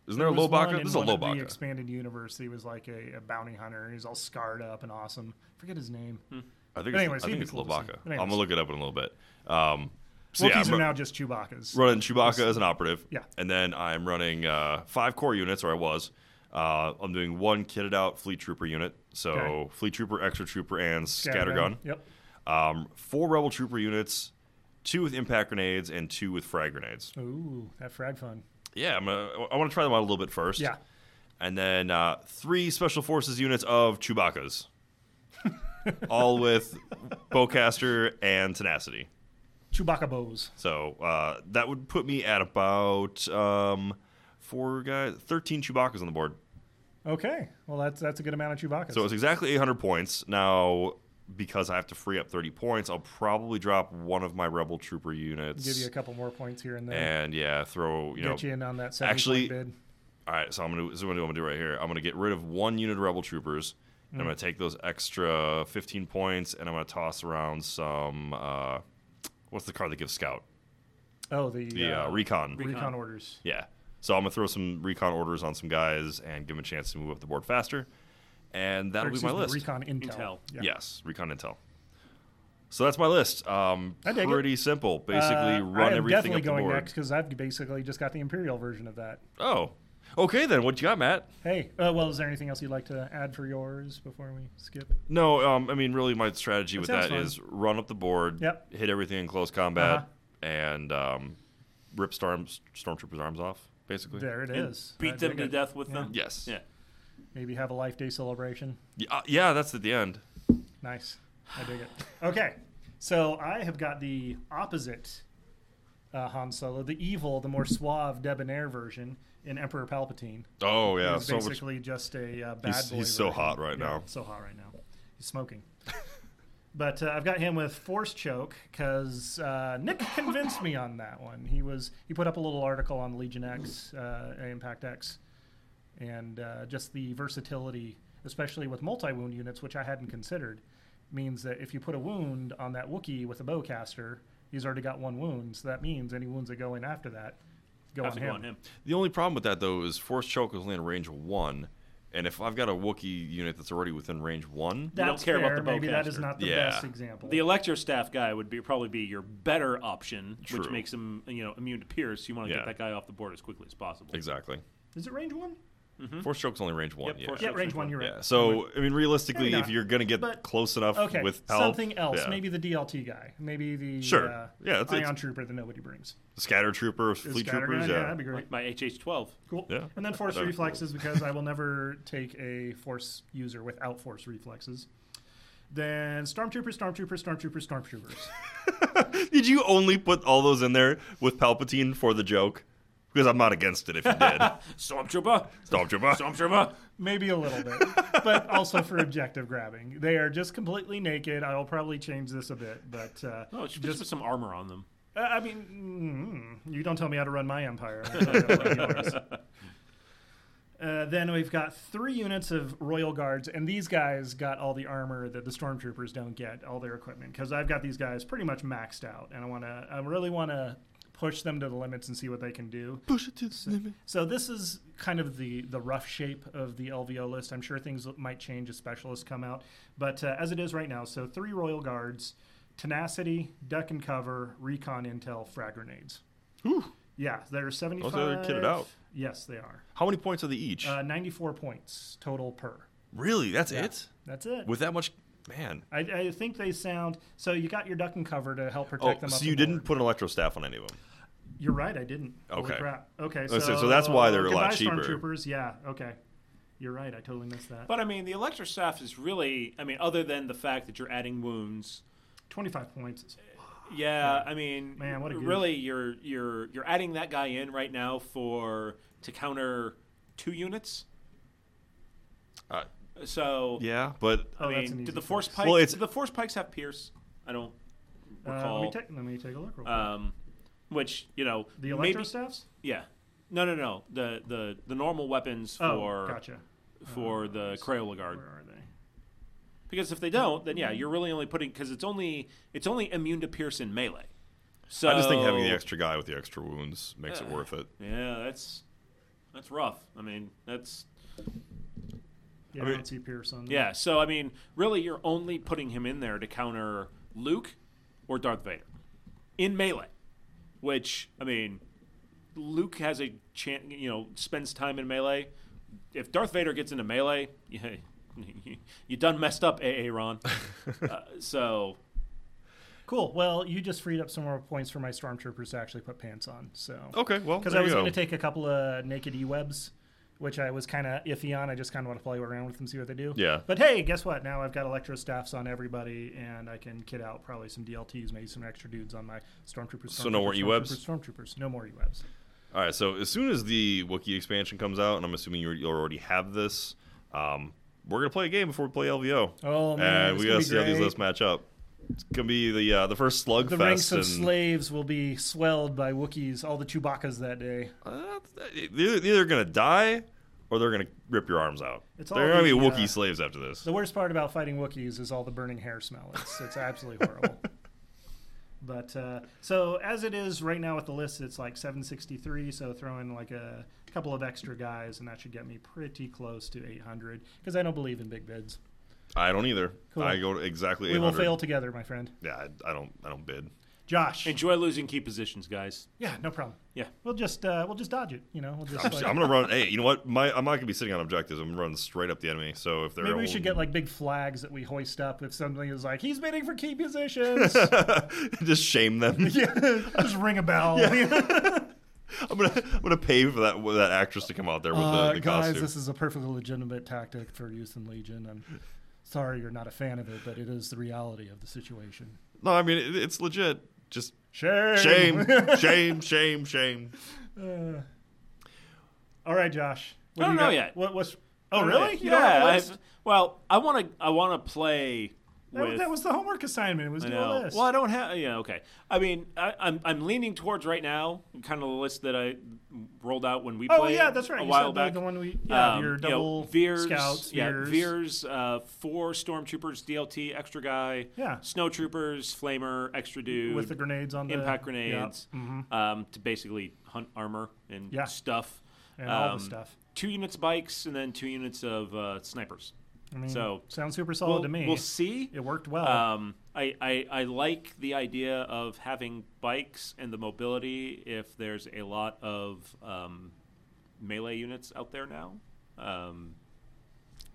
Speaker 6: Isn't there,
Speaker 8: there
Speaker 6: a
Speaker 8: was one
Speaker 6: Lobaca?
Speaker 8: in
Speaker 6: This is a
Speaker 8: one of The
Speaker 6: Lobaca.
Speaker 8: expanded universe. He was like a, a bounty hunter. He's all scarred up and awesome. Forget his name.
Speaker 6: I think
Speaker 8: But
Speaker 6: it's,
Speaker 8: anyways,
Speaker 6: I think
Speaker 8: he'd
Speaker 6: it's
Speaker 8: be cool to see.
Speaker 6: Lobaka.
Speaker 8: But anyways.
Speaker 6: I'm gonna look it up in a little bit. Um, so yeah,
Speaker 8: Wookiees
Speaker 6: I'm
Speaker 8: are
Speaker 6: ru-
Speaker 8: now just Chewbacca's.
Speaker 6: running Chewbacca as an operative.
Speaker 8: Yeah.
Speaker 6: and then I'm running uh, five core units, or I was. Uh, I'm doing one kitted out fleet trooper unit, so
Speaker 8: Okay.
Speaker 6: fleet trooper, extra trooper, and scattergun.
Speaker 8: Scattergun. Yep.
Speaker 6: Um, four rebel trooper units, two with impact grenades and two with frag grenades.
Speaker 8: Ooh, that frag fun.
Speaker 6: Yeah, I'm gonna, I want to try them out a little bit first.
Speaker 8: Yeah.
Speaker 6: and then uh, three special forces units of Chewbacca's, all with bowcaster and tenacity.
Speaker 8: Chewbacca bows.
Speaker 6: So uh, that would put me at about um, four guys, thirteen Chewbacca's on the board.
Speaker 8: Okay. Well, that's that's a good amount of Chewbacca's.
Speaker 6: So it's exactly 800 points. Now, because I have to free up 30 points, I'll probably drop one of my Rebel Trooper units.
Speaker 8: give you a couple more points here and there.
Speaker 6: and yeah, throw you know.
Speaker 8: Get you in on that seven
Speaker 6: actually-
Speaker 8: point bid.
Speaker 6: All right, so I'm gonna this is what I'm gonna do right here. I'm gonna get rid of one unit of Rebel Troopers. And I'm
Speaker 8: Mm.
Speaker 6: gonna take those extra 15 points, and I'm gonna toss around some. Uh, what's the card that gives Scout?
Speaker 8: Oh, the,
Speaker 6: The uh,
Speaker 8: uh,
Speaker 6: Recon.
Speaker 8: recon orders.
Speaker 6: Yeah. So I'm gonna throw some recon orders on some guys and give them a chance to move up the board faster, and
Speaker 8: Or
Speaker 6: that'll be my
Speaker 8: excuse me,
Speaker 6: list.
Speaker 8: Recon intel.
Speaker 7: Intel.
Speaker 8: Yeah.
Speaker 6: Yes, recon intel. So that's my list. Um,
Speaker 8: I dig it.
Speaker 6: pretty simple. Basically,
Speaker 8: Uh,
Speaker 6: run
Speaker 8: I am
Speaker 6: everything
Speaker 8: definitely
Speaker 6: up the
Speaker 8: going
Speaker 6: board.
Speaker 8: next because I've basically just got the imperial version of that.
Speaker 6: Oh, okay then. What you got, Matt?
Speaker 8: Hey, uh, well, is there anything else you'd like to add for yours before we skip?
Speaker 6: No, um, I mean, really, my strategy with
Speaker 8: sounds
Speaker 6: that
Speaker 8: fun.
Speaker 6: is run up the board,
Speaker 8: Yep.
Speaker 6: hit everything in close combat,
Speaker 8: Uh-huh.
Speaker 6: and um, rip storm stormtroopers' arms off. Basically,
Speaker 8: There it is. I
Speaker 7: Beat them
Speaker 8: dig
Speaker 7: to
Speaker 8: it.
Speaker 7: death with them.
Speaker 6: Yes.
Speaker 7: Yeah.
Speaker 8: Maybe have a life day celebration.
Speaker 6: Y- uh, yeah, that's at the end.
Speaker 8: Nice. I dig it. Okay. So I have got the opposite uh, Han Solo, the evil, the more suave, debonair version in Emperor Palpatine.
Speaker 6: Oh yeah,
Speaker 8: He's
Speaker 6: so much-
Speaker 8: basically just a uh, bad
Speaker 6: He's-
Speaker 8: boy.
Speaker 6: he's so
Speaker 8: version.
Speaker 6: hot right
Speaker 8: Yeah,
Speaker 6: now.
Speaker 8: So hot right now. He's smoking. but uh, I've got him with force choke because uh, Nick convinced me on that one. He was he put up a little article on Legion X, uh, Impact X, and uh, just the versatility, especially with multi wound units, which I hadn't considered, means that if you put a wound on that Wookiee with a bowcaster, he's already got one wound. So that means any wounds that go in after that go,
Speaker 7: Have
Speaker 8: on,
Speaker 7: to go
Speaker 8: him.
Speaker 7: on him.
Speaker 6: The only problem with that though is force choke is only in range one, and if I've got a Wookiee unit that's already within range one,
Speaker 7: don't
Speaker 8: That's
Speaker 7: care about
Speaker 8: fair.
Speaker 7: the
Speaker 8: Maybe that is
Speaker 7: bowcaster.
Speaker 8: not the
Speaker 6: Yeah.
Speaker 8: best example.
Speaker 7: The electro staff guy would be probably be your better option, which
Speaker 6: True.
Speaker 7: makes him you know immune to pierce. You want to
Speaker 6: Yeah.
Speaker 7: get that guy off the board as quickly as possible.
Speaker 6: exactly.
Speaker 8: Is it range one? hmm?
Speaker 6: Force choke's only range one.
Speaker 7: Yep,
Speaker 6: yeah.
Speaker 7: force
Speaker 8: Yeah,
Speaker 7: Six
Speaker 8: range
Speaker 7: or
Speaker 8: one. You're right.
Speaker 6: Yeah. So I mean, realistically,
Speaker 8: Maybe
Speaker 6: if
Speaker 8: not,
Speaker 6: you're gonna get
Speaker 8: but-
Speaker 6: close enough
Speaker 8: okay,
Speaker 6: with help,
Speaker 8: something else.
Speaker 6: yeah.
Speaker 8: Maybe the DLT guy. Maybe the
Speaker 6: Sure.
Speaker 8: uh,
Speaker 6: Yeah, it's-
Speaker 8: ion
Speaker 6: it's-
Speaker 8: trooper that nobody brings.
Speaker 6: scatter trooper, fleet
Speaker 8: Scatter
Speaker 6: troopers.
Speaker 8: guy,
Speaker 6: yeah.
Speaker 8: that'd be great.
Speaker 7: Like my HH12.
Speaker 8: Cool.
Speaker 6: Yeah.
Speaker 8: And then force
Speaker 6: That'd be cool.
Speaker 8: reflexes because I will never take a force user without force reflexes. Then stormtrooper, stormtrooper, stormtrooper, stormtroopers.
Speaker 6: Did you only put all those in there with Palpatine for the joke? Because I'm not against it if you did.
Speaker 7: Stormtrooper.
Speaker 6: Stormtrooper.
Speaker 7: Stormtrooper.
Speaker 8: Maybe a little bit, but also for objective grabbing. They are just completely naked. I will probably change this a bit, but uh,
Speaker 7: Oh, it should just put some armor on them.
Speaker 8: Uh, I mean, mm, you don't tell me how to run my empire. I'll tell you how to run yours. Uh, then we've got three units of royal guards, and these guys got all the armor that the stormtroopers don't get, all their equipment. Because I've got these guys pretty much maxed out, and I want to, I really want to push them to the limits and see what they can do.
Speaker 6: Push it to the limit.
Speaker 8: So this is kind of the the rough shape of the LVO list. I'm sure things might change as specialists come out, but uh, as it is right now, so three royal guards, tenacity, duck and cover, recon intel, frag grenades. Ooh. Yeah, there are 75.
Speaker 6: they're kitted out.
Speaker 8: Yes, they are.
Speaker 6: How many points are they each?
Speaker 8: Uh, 94 points total per.
Speaker 6: really? That's it?
Speaker 8: That's it.
Speaker 6: With that much, man.
Speaker 8: I, I think they sound so. You got your duck and cover to help
Speaker 6: Oh,
Speaker 8: protect them. up
Speaker 6: so
Speaker 8: the
Speaker 6: you didn't
Speaker 8: board.
Speaker 6: put an electro staff on any of them.
Speaker 8: You're right. I didn't. Holy
Speaker 6: Okay.
Speaker 8: crap. Okay. So,
Speaker 6: was gonna say, so that's why they're a lot cheaper.
Speaker 8: goodbye, Stormtroopers. Yeah. Okay. You're right. I totally missed that.
Speaker 7: But I mean, the electro staff is really. I mean, other than the fact that you're adding wounds.
Speaker 8: 25 points. is-
Speaker 7: Yeah, I mean,
Speaker 8: Man, what a goof.
Speaker 7: really, you're you're you're adding that guy in right now for to counter two units.
Speaker 6: Uh,
Speaker 7: So
Speaker 6: Yeah, but
Speaker 8: Oh,
Speaker 7: I
Speaker 8: that's an
Speaker 7: mean,
Speaker 8: easy
Speaker 7: did the
Speaker 8: fix.
Speaker 7: force pikes?
Speaker 6: Well, it's-
Speaker 7: did the force pikes have pierce? I don't
Speaker 8: Uh, let,
Speaker 7: recall.
Speaker 8: me take, let me take a look real quick.
Speaker 6: uh,
Speaker 7: um, which you know,
Speaker 8: the
Speaker 7: maybe-
Speaker 8: electro staffs?
Speaker 7: Yeah, no, no, no. The the the normal weapons
Speaker 8: Oh,
Speaker 7: for
Speaker 8: gotcha. Oh,
Speaker 7: for the Crayola guard.
Speaker 8: Where are they?
Speaker 7: Because if they don't, then yeah, you're really only putting because it's only it's only immune to pierce in melee. So
Speaker 6: I just think having the extra guy with the extra wounds makes it worth it.
Speaker 7: Yeah, that's that's rough. I mean, that's
Speaker 8: Yeah, I,
Speaker 6: mean-
Speaker 8: don't see Pierce on there.
Speaker 7: Yeah, so I mean, really, you're only putting him in there to counter Luke or Darth Vader in melee, which I mean, Luke has a chance. You know, spends time in melee. If Darth Vader gets into melee, yeah, you done messed up, AA Ron. uh, so
Speaker 8: Cool. Well, you just freed up some more points for my stormtroopers to actually put pants on. So
Speaker 6: Okay, well,
Speaker 8: because
Speaker 6: there
Speaker 8: I
Speaker 6: you
Speaker 8: was
Speaker 6: go.
Speaker 8: going to take a couple of naked e webs, which I was kind of iffy on. I just kind of want to play around with them, see what they do.
Speaker 6: Yeah.
Speaker 8: But hey, guess what? Now I've got electro staffs on everybody, and I can kit out probably some DLTs, maybe some extra dudes on my stormtroopers.
Speaker 6: So no more
Speaker 8: stormtroopers,
Speaker 6: E-webs?
Speaker 8: Stormtroopers, stormtroopers. No more e webs.
Speaker 6: All right, so as soon as the Wookiee expansion comes out, and I'm assuming you you already have this, um, we're gonna play a game before we play LVO.
Speaker 8: Oh, man,
Speaker 6: and
Speaker 8: it's
Speaker 6: we gotta
Speaker 8: gonna be
Speaker 6: see how these
Speaker 8: great.
Speaker 6: lists match up. It's gonna be the uh, the first slugfest.
Speaker 8: The ranks
Speaker 6: and-
Speaker 8: of slaves will be swelled by Wookiees, all the Chewbaccas that day.
Speaker 6: Uh, they're they're either gonna die or they're gonna rip your arms out.
Speaker 8: It's
Speaker 6: they're gonna
Speaker 8: all
Speaker 6: be
Speaker 8: the,
Speaker 6: Wookiee
Speaker 8: uh,
Speaker 6: slaves after this.
Speaker 8: The worst part about fighting Wookiees is all the burning hair smell. It's, it's absolutely horrible. But uh, so as it is right now with the list, it's like 763. So throw in like a couple of extra guys, and that should get me pretty close to 800 because I don't believe in big bids.
Speaker 6: I don't either.
Speaker 8: Cool.
Speaker 6: I go to exactly.
Speaker 8: We will
Speaker 6: 800.
Speaker 8: fail together, my friend.
Speaker 6: Yeah, I, I don't. I don't bid.
Speaker 8: Josh.
Speaker 7: enjoy losing key positions, guys.
Speaker 8: Yeah, no problem.
Speaker 7: Yeah.
Speaker 8: We'll just uh, we'll just dodge it. You know, we'll just.
Speaker 6: I'm,
Speaker 8: like-
Speaker 6: I'm gonna run. Hey, you know what? My I'm not gonna be sitting on objectives. I'm running straight up the enemy. So if they're
Speaker 8: Maybe we
Speaker 6: all-
Speaker 8: should get like big flags that we hoist up if somebody is like, he's bidding for key positions.
Speaker 6: just shame them.
Speaker 8: yeah, just ring a bell.
Speaker 6: I'm gonna I'm gonna pay for that with that actress to come out there with
Speaker 8: Uh,
Speaker 6: the, the
Speaker 8: guys,
Speaker 6: costume.
Speaker 8: this is a perfectly legitimate tactic for use in Legion. I'm sorry you're not a fan of it, but it is the reality of the situation.
Speaker 6: No, I mean it, it's legit. Just
Speaker 8: Shame.
Speaker 6: shame, shame, shame, shame.
Speaker 8: All right, Josh. What do
Speaker 7: I don't
Speaker 8: you
Speaker 7: know
Speaker 8: got?
Speaker 7: yet.
Speaker 8: What, what's? Oh,
Speaker 7: All
Speaker 8: really?
Speaker 7: right.
Speaker 8: You don't have
Speaker 7: Yeah.
Speaker 8: a
Speaker 7: I've-
Speaker 8: list?
Speaker 7: well, I want to. I want to play.
Speaker 8: That,
Speaker 7: with,
Speaker 8: that was the homework assignment. It was
Speaker 7: I
Speaker 8: do a
Speaker 7: know.
Speaker 8: list.
Speaker 7: Well, I don't have. Yeah, okay. I mean, I, I'm I'm leaning towards right now, kind of the list that I rolled out when we
Speaker 8: Oh,
Speaker 7: played.
Speaker 8: yeah, that's right.
Speaker 7: A
Speaker 8: You
Speaker 7: while
Speaker 8: said the-
Speaker 7: back, Um,
Speaker 8: the one we- yeah, your
Speaker 7: you know,
Speaker 8: double
Speaker 7: Veers,
Speaker 8: scouts,
Speaker 7: yeah,
Speaker 8: Veers.
Speaker 7: Veers, uh, four stormtroopers, DLT, extra guy,
Speaker 8: Yeah.
Speaker 7: snowtroopers, flamer, extra dude
Speaker 8: With the grenades on the-
Speaker 7: impact
Speaker 8: yeah, mm-hmm.
Speaker 7: grenades, um, to basically hunt armor and
Speaker 8: Yeah.
Speaker 7: stuff
Speaker 8: And all the
Speaker 7: Um,
Speaker 8: stuff.
Speaker 7: Two units bikes and then two units of uh, snipers. so
Speaker 8: Sounds super solid
Speaker 7: we'll,
Speaker 8: to me.
Speaker 7: We'll see.
Speaker 8: It worked well.
Speaker 7: Um, I, I, I like the idea of having bikes and the mobility if there's a lot of um, melee units out there now. Um,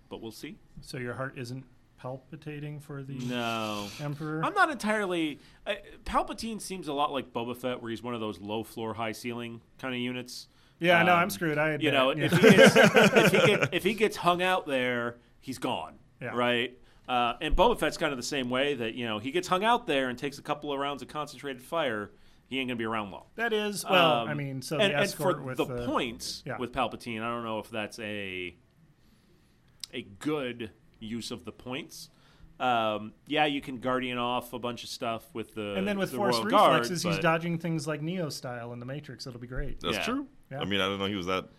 Speaker 7: but we'll see.
Speaker 8: so your heart isn't palpitating for the
Speaker 7: No.
Speaker 8: emperor.
Speaker 7: I'm not entirely. I, Palpatine seems a lot like Boba Fett, where he's one of those low floor, high ceiling kind of units.
Speaker 8: yeah, no,
Speaker 7: Um,
Speaker 8: I'm screwed. I
Speaker 7: you
Speaker 8: admit
Speaker 7: know,
Speaker 8: it. Yeah.
Speaker 7: if, he gets, if, he get, if he gets hung out there, he's gone,
Speaker 8: Yeah.
Speaker 7: right? Uh, and Boba Fett's kind of the same way that you know he gets hung out there and takes a couple of rounds of concentrated fire, he ain't gonna be around long.
Speaker 8: that is well, I
Speaker 7: Um,
Speaker 8: mean, so
Speaker 7: and,
Speaker 8: the
Speaker 7: and for
Speaker 8: escort with
Speaker 7: the,
Speaker 8: the
Speaker 7: points
Speaker 8: yeah.
Speaker 7: with Palpatine, I don't know if that's a a good use of the points. Um, yeah, you can guardian off a bunch of stuff with the
Speaker 8: and then with
Speaker 7: the
Speaker 8: force
Speaker 7: Royal Guard,
Speaker 8: reflexes, he's
Speaker 7: but-
Speaker 8: dodging things like Neo style in the Matrix. It'll be great.
Speaker 6: That's
Speaker 7: Yeah.
Speaker 6: true.
Speaker 8: Yeah.
Speaker 6: I mean, I don't know he was that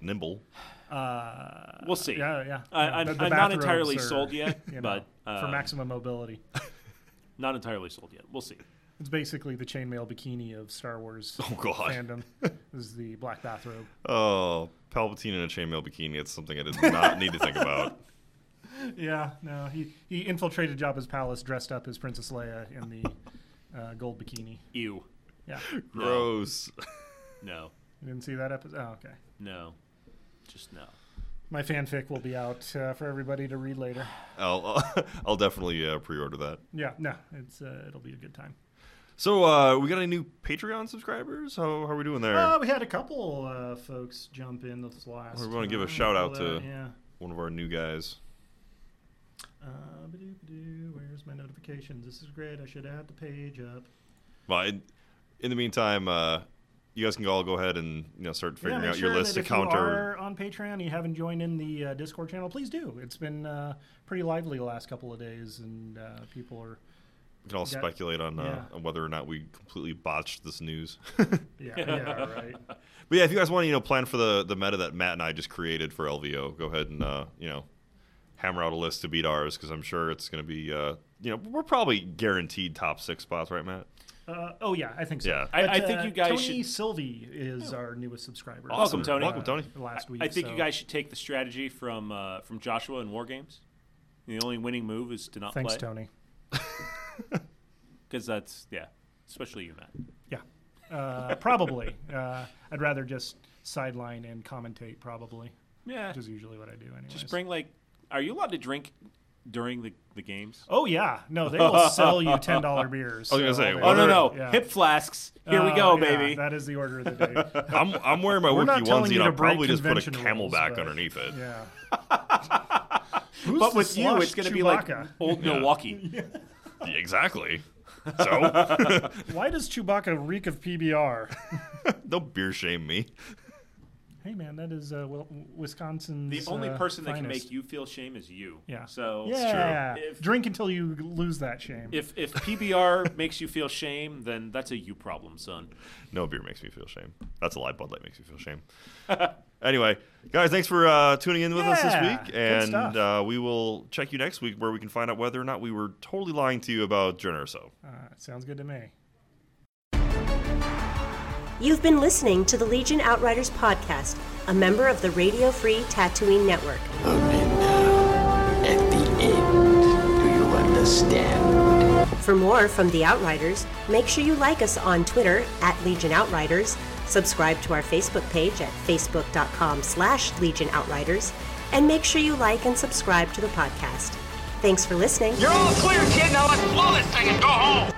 Speaker 6: nimble.
Speaker 7: We'll see.
Speaker 8: Yeah, yeah.
Speaker 7: I,
Speaker 8: Yeah,
Speaker 7: I'm,
Speaker 8: the- the
Speaker 7: I'm not
Speaker 8: bathrobes
Speaker 7: entirely
Speaker 8: are,
Speaker 7: sold yet,
Speaker 8: you know,
Speaker 7: but uh,
Speaker 8: for maximum mobility,
Speaker 7: not entirely sold yet. We'll see.
Speaker 8: it's basically the chainmail bikini of Star Wars
Speaker 6: Oh God.
Speaker 8: fandom. is the black bathrobe.
Speaker 6: Oh, Palpatine in a chainmail bikini. It's something I did not need to think about.
Speaker 8: Yeah, no, he he infiltrated Jabba's palace dressed up as Princess Leia in the uh, gold bikini.
Speaker 7: Ew.
Speaker 8: Yeah,
Speaker 6: Gross.
Speaker 7: No.
Speaker 8: you didn't see that episode. Oh, okay.
Speaker 7: No. Just no.
Speaker 8: My fanfic will be out uh, for everybody to read later.
Speaker 6: I'll I'll definitely uh, pre-order that.
Speaker 8: Yeah, no, it's uh, it'll be a good time.
Speaker 6: So uh, we got any new Patreon subscribers? How, how are we doing there?
Speaker 8: Uh, we had a couple uh, folks jump in this last.
Speaker 6: We wanna give a
Speaker 8: time.
Speaker 6: shout out
Speaker 8: Pull that-
Speaker 6: to-
Speaker 8: yeah.
Speaker 6: One of our new guys.
Speaker 8: Uh, ba-doo-ba-doo, where's my notifications? This is great. I should add the page up.
Speaker 6: Well, in, in the meantime, uh, you guys can all go ahead and you know start figuring
Speaker 8: yeah,
Speaker 6: out
Speaker 8: make
Speaker 6: your
Speaker 8: sure
Speaker 6: list to
Speaker 8: that if
Speaker 6: counter.
Speaker 8: You are on Patreon, and you haven't joined in the uh, Discord channel. Please do. It's been uh, pretty lively the last couple of days, and uh, people are
Speaker 6: We can all
Speaker 8: Got-
Speaker 6: speculate on, uh,
Speaker 8: yeah.
Speaker 6: on whether or not we completely botched this news.
Speaker 8: yeah, yeah, right.
Speaker 6: But yeah, if you guys want to, you know, plan for the the meta that Matt and I just created for LVO, go ahead and uh, you know, hammer out a list to beat ours because I'm sure it's going to be, uh, you know, we're probably guaranteed top six spots, right, Matt?
Speaker 8: Uh, oh yeah, I think so.
Speaker 6: Yeah.
Speaker 7: I- I
Speaker 8: But,
Speaker 7: think
Speaker 8: uh,
Speaker 7: you guys
Speaker 8: Tony
Speaker 7: should-
Speaker 8: Sylvie is our newest subscriber.
Speaker 7: Awesome, Tony.
Speaker 6: Welcome, Tony.
Speaker 8: Last week,
Speaker 7: I think
Speaker 8: so-
Speaker 7: you guys should take the strategy from uh, from Joshua in War Games. The only winning move is to not
Speaker 8: Thanks,
Speaker 7: play.
Speaker 8: Tony.
Speaker 7: Because that's yeah, especially you, Matt.
Speaker 8: Yeah, uh, probably. Uh, I'd rather just sideline and commentate, probably,
Speaker 7: Yeah,
Speaker 8: which is
Speaker 7: just,
Speaker 8: usually what I do anyway.
Speaker 7: bring like. Are you allowed to drink during the, the games?
Speaker 8: Oh yeah, no, they will sell you ten dollar beers.
Speaker 6: I was gonna say,
Speaker 8: so-
Speaker 7: Oh no
Speaker 6: Whether-
Speaker 7: no,
Speaker 8: yeah.
Speaker 7: hip flasks. Here we
Speaker 8: Uh,
Speaker 7: go,
Speaker 8: yeah,
Speaker 7: baby.
Speaker 8: That is the order of the day.
Speaker 6: I'm, I'm wearing my
Speaker 8: not
Speaker 6: wookiee
Speaker 8: telling
Speaker 6: onesie, and
Speaker 8: you to
Speaker 6: I'll
Speaker 8: break
Speaker 6: probably just put a
Speaker 8: convention rules,
Speaker 6: camelback
Speaker 8: but-
Speaker 6: underneath it.
Speaker 8: Yeah.
Speaker 7: but with you, it's going to be like
Speaker 8: Chewbacca?
Speaker 7: old Milwaukee.
Speaker 6: Yeah, exactly. So,
Speaker 8: Why does Chewbacca reek of PBR?
Speaker 6: don't beer shame me.
Speaker 8: hey man, that is uh, Wil- Wisconsin's.
Speaker 7: The only
Speaker 8: uh,
Speaker 7: person that can
Speaker 8: finest.
Speaker 7: make you feel shame is you.
Speaker 8: Yeah.
Speaker 7: So
Speaker 8: yeah.
Speaker 7: If-
Speaker 8: Drink until you lose that shame.
Speaker 7: If if PBR makes you feel shame, then that's a you problem, son.
Speaker 6: No beer makes me feel shame. That's a lie. Bud Light makes me feel shame. anyway, guys, thanks for uh, tuning in with us this
Speaker 8: Yeah,
Speaker 6: week,
Speaker 8: good
Speaker 6: and
Speaker 8: stuff.
Speaker 6: uh, we will check you next week where we can find out whether or not we were totally lying to you about Jen or so.
Speaker 8: uh, sounds good to me.
Speaker 1: You've been listening to the Legion Outriders podcast, a member of the Radio Free Tatooine Network.
Speaker 2: Only now, at the end, do you understand?
Speaker 1: For more from the Outriders, make sure you like us on Twitter at Legion Outriders, subscribe to our Facebook page at facebook.com slash Legion Outriders, and make sure you like and subscribe to the podcast. Thanks for listening.
Speaker 9: You're all clear, kid. Now let's blow this thing and go home.